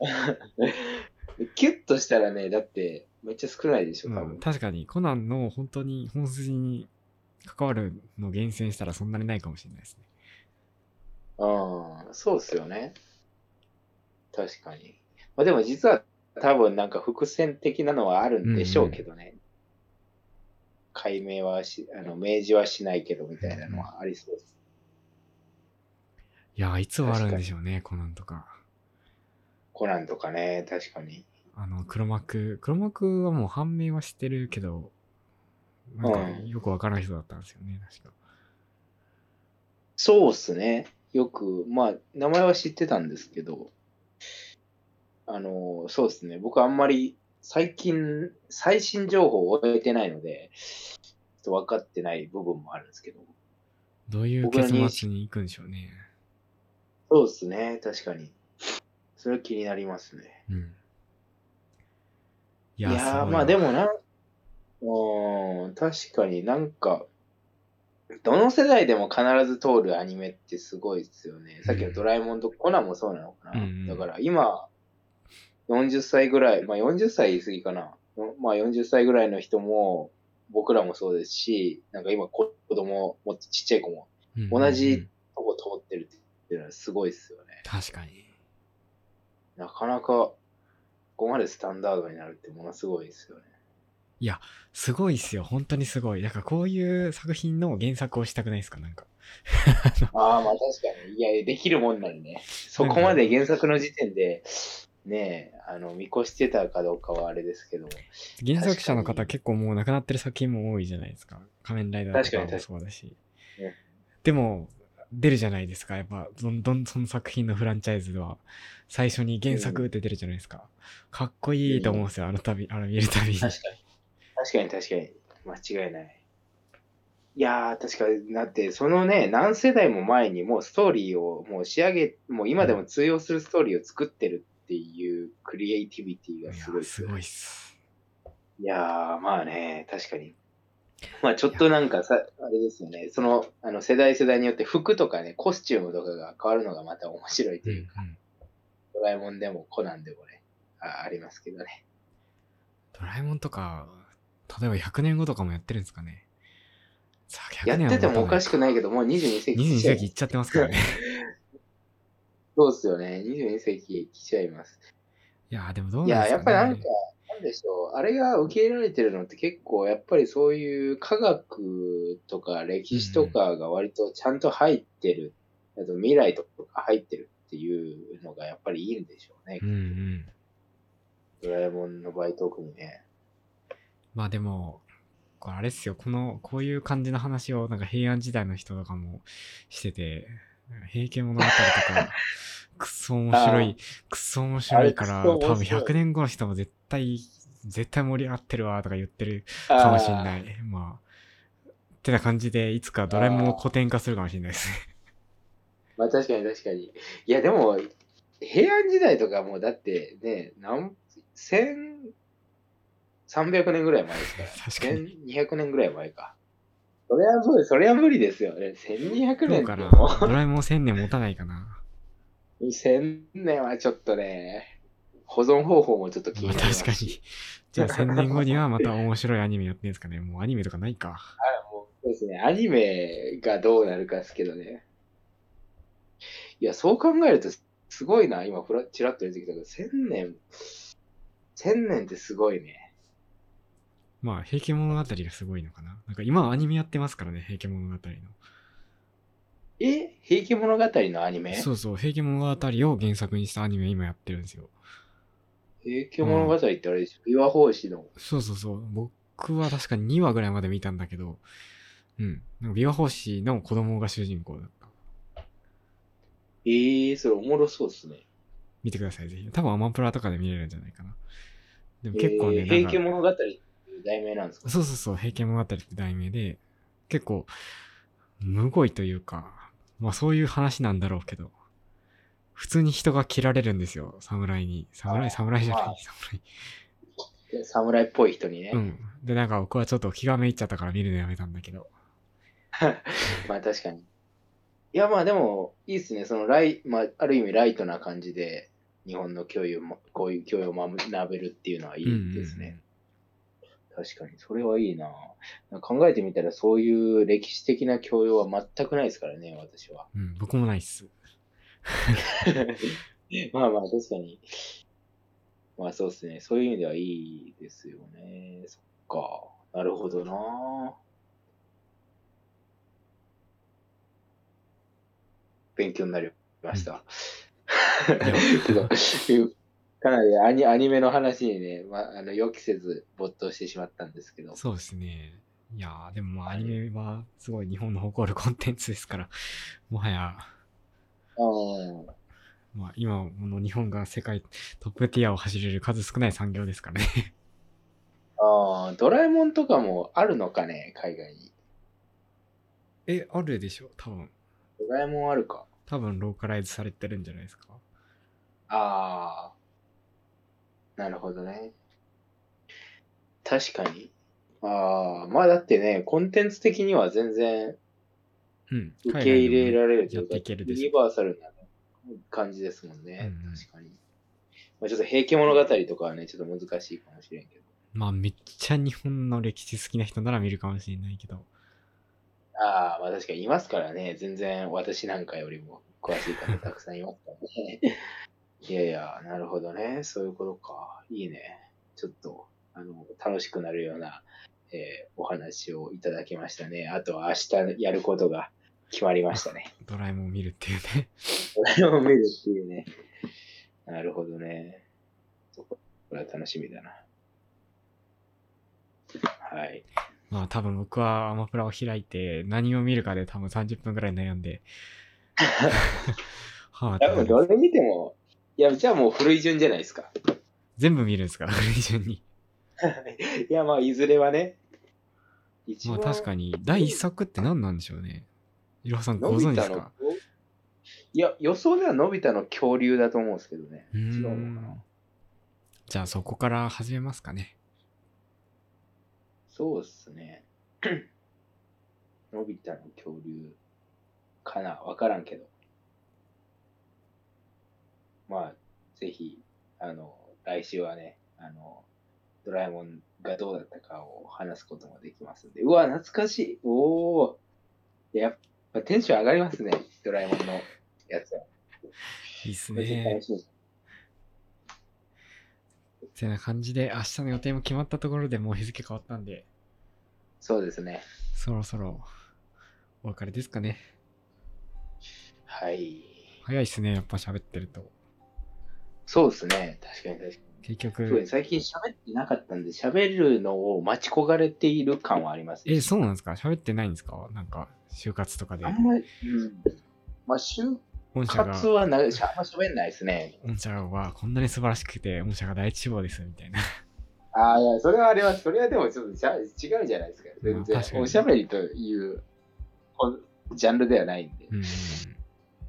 Speaker 1: な。 キュッとしたらね、だって、めっちゃ少ないでしょ、多
Speaker 2: う
Speaker 1: 分。
Speaker 2: ん、確かに、コナンの本当に本筋に関わるの厳選したらそんなにないかもしれないですね。
Speaker 1: うん、そうっすよね。確かに。まあ、でも実は多分なんか伏線的なのはあるんでしょうけどね。解明はし、あの、明示はしないけどみたいなのはありそうです。
Speaker 2: いやー、いつ終わるんでしょうね、コナンとか。
Speaker 1: コナンとかね、確かに。
Speaker 2: あの、黒幕。黒幕はもう判明はしてるけど、なんか
Speaker 1: うん
Speaker 2: よくわからない人だったんですよね、確か。
Speaker 1: そうっすね。よく、まあ、名前は知ってたんですけど、あの、そうっすね。僕あんまり最近、最新情報を終えてないので、ちょっと分かってない部分もあるんですけど。
Speaker 2: どういう
Speaker 1: 僕ら
Speaker 2: 結
Speaker 1: に
Speaker 2: 末に行くんでしょうね。
Speaker 1: そうですね、確かに。それは気になりますね。
Speaker 2: うん。い
Speaker 1: い
Speaker 2: や
Speaker 1: や
Speaker 2: ー、
Speaker 1: ー
Speaker 2: すごい
Speaker 1: まあ
Speaker 2: わ
Speaker 1: でもな、うーん、確かになんか、どの世代でも必ず通るアニメってすごいですよね。さっきのドラえもんとコナンもそうなのかな。
Speaker 2: うんうん
Speaker 1: だから今、40歳ぐらい、まあ40歳言い過ぎかな。まあ40歳ぐらいの人も、僕らもそうですし、なんか今子供、もっとちっちゃい子も、
Speaker 2: うんうんうん
Speaker 1: 同じほぼ通ってるっていうのはすごいですよね。
Speaker 2: 確かに。
Speaker 1: なかなか、ここまでスタンダードになるってものすごいですよね。
Speaker 2: すごいっすよ、本当にすごい。だからこういう作品の原作をしたくないですか、なんか。
Speaker 1: ああ、まあ確かに。いや、できるもんなんね。そこまで原作の時点で、ねえ、あの、見越してたかどうかはあれですけども。
Speaker 2: 原作者の
Speaker 1: 確か
Speaker 2: 方
Speaker 1: に
Speaker 2: 結構もう亡くなってる作品も多いじゃないですか。仮面ライダーと
Speaker 1: 確かに
Speaker 2: かも
Speaker 1: 確
Speaker 2: そうだし
Speaker 1: うん。
Speaker 2: でも、出るじゃないですか。やっぱ、どんどんその作品のフランチャイズは、最初に原作って出るじゃないですか。かっこいいと思うんですよ、あの旅、あの見るたびに。
Speaker 1: 確かに。確かに確かに。間違いない。いやー、確かにだって、そのね、何世代も前にもうストーリーをもう仕上げ、もう今でも通用するストーリーを作ってるっていうクリエイティビティ
Speaker 2: い
Speaker 1: が
Speaker 2: や
Speaker 1: すごいです
Speaker 2: す
Speaker 1: よね
Speaker 2: ごいっす。
Speaker 1: いやー、まあね、確かに。まあちょっとなんかさ、あれですよね、その、あの、世代世代によって服とかね、コスチュームとかが変わるのがまた面白いと
Speaker 2: うん
Speaker 1: いうか、
Speaker 2: うん
Speaker 1: ドラえもんでもコナンでもね、あありますけどね。
Speaker 2: ドラえもんとか、例えば100年後とかもやってるんですかね。さあ、100
Speaker 1: や
Speaker 2: 年
Speaker 1: っててもおかし
Speaker 2: く
Speaker 1: くないけど、もう22世紀
Speaker 2: 22
Speaker 1: 来ちゃい
Speaker 2: 世
Speaker 1: ま
Speaker 2: 紀いっ
Speaker 1: す。
Speaker 2: ちゃってま すからね。
Speaker 1: そうっすよね、22世紀来ちゃいます。
Speaker 2: いやー、でもどう
Speaker 1: い
Speaker 2: なん
Speaker 1: やー、
Speaker 2: です
Speaker 1: や
Speaker 2: か
Speaker 1: っぱな
Speaker 2: ね。
Speaker 1: んか、なんでしょう、あれが受け入れられてるのって結構、やっぱりそういう科学とか歴史とかが割とちゃんと入ってる、あと未来とか入ってるっていうのがやっぱりいいんでしょうね。
Speaker 2: うんうん。
Speaker 1: ドラえもんの場合特にね。
Speaker 2: まあでも、これあれっすよ、この、こういう感じの話を、なんか平安時代の人とかもしてて、なんか平家物語 とか、くっそ面白
Speaker 1: あー
Speaker 2: い、くっそ面白いか
Speaker 1: あ
Speaker 2: ら、
Speaker 1: れ
Speaker 2: 多
Speaker 1: くっそ面白い
Speaker 2: 分100年後の人も絶対、絶対盛り上がってるわとか言ってる
Speaker 1: か
Speaker 2: かもしんない。まあ。ってな感じで、いつかドラえもんを古典化するかもしれないですね。
Speaker 1: まあ確かに確かに。いやでも、平安時代とかもうだってね、なん1300年ぐらい前ですから。
Speaker 2: 確かに。
Speaker 1: 1200年ぐらい前か。それは無理、それは無理ですよね。1200
Speaker 2: ど
Speaker 1: 年
Speaker 2: う
Speaker 1: っ
Speaker 2: か
Speaker 1: て
Speaker 2: な
Speaker 1: も
Speaker 2: ドラえもん1000年持たないかな。
Speaker 1: う、1000年はちょっとね、保存方法もちょっと気に
Speaker 2: まあ
Speaker 1: なります
Speaker 2: 確かに。じゃあ1000年後にはまた面白いアニメやってんですかね。もうアニメとかないか。
Speaker 1: もうそうですね、アニメがどうなるかですけどね。いや、そう考えると、すごいな、今、ふらちらっと出てきたけど、1000年、1000年ってすごいね。
Speaker 2: まあ、平家物語がすごいのかな。なんか今はアニメやってますからね、平家物語の。
Speaker 1: え平家物語のアニメ
Speaker 2: そうそう、平家物語を原作にしたアニメ今やってるんですよ。
Speaker 1: え影響物語ってあれでしょ、岩法師の。
Speaker 2: そうそうそう。僕は確か2話ぐらいまで見たんだけど、うん。なんか琵琶法師の子供が主人公だった。
Speaker 1: ええそれおもろそうっすね。
Speaker 2: 見てください、ぜひ。多分アマプラとかで見れるんじゃないかな。でも結
Speaker 1: 結構
Speaker 2: 構ね、
Speaker 1: えー、
Speaker 2: なん
Speaker 1: 平
Speaker 2: か
Speaker 1: 家物語っていう題名なんですか
Speaker 2: そうそうそう、平家物語って題名で、結構、むごいというか、まあそういう話なんだろうけど、普通に人が切られるんですよ、侍に。
Speaker 1: あ
Speaker 2: 侍、
Speaker 1: ー
Speaker 2: 侍じゃな、
Speaker 1: はい
Speaker 2: 侍。
Speaker 1: 侍っぽい人にね。
Speaker 2: うん。で、なんか僕はちょっと気がめいっちゃったから見るのやめたんだけど。
Speaker 1: まあ確かに。いやまあでも、いいっすね。そのライ、まあある意味ライトな感じで、日本の教養も、こういう教養を学べるっていうのはいいですね。確かに、それはいいななんか考えてみたら、そういう歴史的な教養は全くないですからね、私は。
Speaker 2: うん。うん、僕もないっす。
Speaker 1: まあまあ、確かに。まあそうですね。そういう意味ではいいですよね。そっか。なるほどな勉強になりました。け どかなりアニアニメの話にね、まあ、あの予期せず没頭してしまったんですけど。
Speaker 2: そうですね。いやー、でもまあアニメはすごい日本の誇るコンテンツですから、もはや、
Speaker 1: うん
Speaker 2: まあ今の日本が世界トップティアを走れる数少ない産業ですからね。
Speaker 1: ああ、ドラえもんとかもあるのかね、海外に。
Speaker 2: え、あるでしょ多分。
Speaker 1: ドラえもんあるか。
Speaker 2: 多分ローカライズされてるんじゃないですか。
Speaker 1: ああ、なるほどね。確かに。ああ、まあだってね、コンテンツ的には全然
Speaker 2: うん。
Speaker 1: 受け入れ
Speaker 2: れ
Speaker 1: られるというか、
Speaker 2: やっていける
Speaker 1: ユ
Speaker 2: でしょ
Speaker 1: ニバーサルな感じですもんね。
Speaker 2: うんうん
Speaker 1: 確かに。まあ、ちょっと平家物語とかはね、ちょっと難しいかもしれんけど。
Speaker 2: まあめっちゃ日本の歴史好きな人なら見るかもしれないけど。
Speaker 1: ああ、まあ確かにいますからね。全然私なんかよりも詳しい方たくさんいますからね。 いやいや、なるほどね。そういうことか。いいね。ちょっと、あの、楽しくなるような、えーお話をいただきましたね。あとは明日やることが決まりましたね。
Speaker 2: ドラえもんを見るっていうね。
Speaker 1: これを見るっていうね。なるほどね。そここれは楽しみだな。はい。
Speaker 2: まあ多分僕はアマプラを開いて何を見るかで多分30分ぐらい悩 んで。
Speaker 1: い
Speaker 2: はあ、
Speaker 1: や、でもどれ見ても、いや、じゃあもう古い順じゃないですか。
Speaker 2: 全部見るんですか 古い順に。
Speaker 1: いや、まあ、いずれはね。一
Speaker 2: まあ確かに、第一作って何なんでしょうね。いろはさんご
Speaker 1: のび
Speaker 2: 存知で
Speaker 1: 太
Speaker 2: す
Speaker 1: の
Speaker 2: か。
Speaker 1: いや、予想ではのび太の恐竜だと思うんですけどね。
Speaker 2: うー。
Speaker 1: 違うのかなん
Speaker 2: じゃあそこから始めますかね。
Speaker 1: そうっすね。 のび太の恐竜かなわからんけど。まあ、ぜひ、あの、来週はね、あの、ドラえもんがどうだったかを話すこともできますんで。うわ、懐かしい。おお。やっぱテンション上がりますね。ドラえもんのやつは。
Speaker 2: いいっす
Speaker 1: 楽しみ
Speaker 2: ね。てな感じで、明日の予定も決まったところでもう日付変わったんで、
Speaker 1: そうですね。
Speaker 2: そろそろお別れですかね。
Speaker 1: はい。
Speaker 2: 早いっすね、やっぱ喋ってると。
Speaker 1: そうですね。確かに確かに。
Speaker 2: 結
Speaker 1: そうね
Speaker 2: 局、
Speaker 1: 最近喋ってなかったんで、喋るのを待ち焦がれている感はあります、
Speaker 2: え、そうなんですか喋ってないんですかなんか、就活とかで
Speaker 1: あ、んまり、うん。まあ、就
Speaker 2: 御社が
Speaker 1: 活、はなしゃあんま喋んないですね。
Speaker 2: 御社はこんなに素晴らしくて、御社が第一志望です、みたいな。
Speaker 1: ああ、いや、それはあります。それはでもちょっとじゃ違うじゃないですか。全
Speaker 2: ま
Speaker 1: 然
Speaker 2: あ確か。に
Speaker 1: おしゃべりというこんジャンルではないんで。
Speaker 2: うん。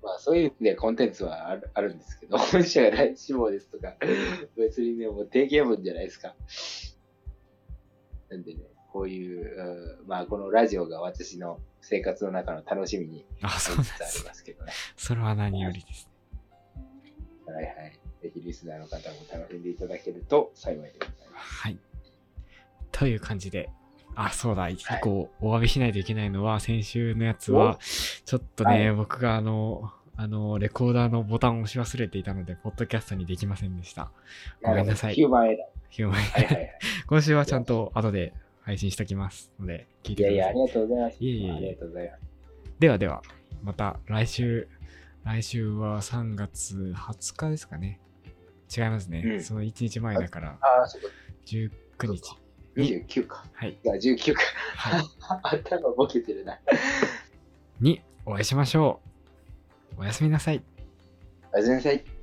Speaker 1: まあ、そういうね、コンテンツはあるあるんですけど、 本社が第一志望ですとか、別にね、もう定型文じゃないですか。なんでね、こういう、うんまあ、このラジオが私の生活の中の楽しみに
Speaker 2: あ、
Speaker 1: つ
Speaker 2: そう
Speaker 1: つ
Speaker 2: なんで
Speaker 1: あり
Speaker 2: す。
Speaker 1: ますけどね。
Speaker 2: それは何よりです。
Speaker 1: はいはい。ぜひリスナーの方も楽しんでいただけると幸いでございます。
Speaker 2: はい。という感じで、あ、そうだ、一個お詫びしないといけないのは、先週のやつは、ちょっとね、
Speaker 1: はい
Speaker 2: 僕があの、あの、レコーダーのボタンを押し忘れていたので、ポッドキャストにできませんでした。ごめんなさい
Speaker 1: ヒューマンエラ
Speaker 2: ひゅうまい
Speaker 1: ー。はいはいはい。
Speaker 2: 今週はちゃんと後で配信しておきますので、聞い
Speaker 1: い
Speaker 2: て
Speaker 1: や
Speaker 2: く
Speaker 1: い
Speaker 2: だ
Speaker 1: や、
Speaker 2: さ
Speaker 1: あ
Speaker 2: い。
Speaker 1: りがとうございます。
Speaker 2: いえいえいえ
Speaker 1: ありがとうございます。
Speaker 2: ではでは、また来週、来週は3月20日ですかね。違いますね。
Speaker 1: うん
Speaker 2: その1日前だから、
Speaker 1: ああ、そうか。
Speaker 2: 19日。に、
Speaker 1: 29か。
Speaker 2: はい。
Speaker 1: じゃあ19か。
Speaker 2: はい。
Speaker 1: 頭ボケてる な。
Speaker 2: にお会いしましょう。おやすみなさい。
Speaker 1: あ、全然。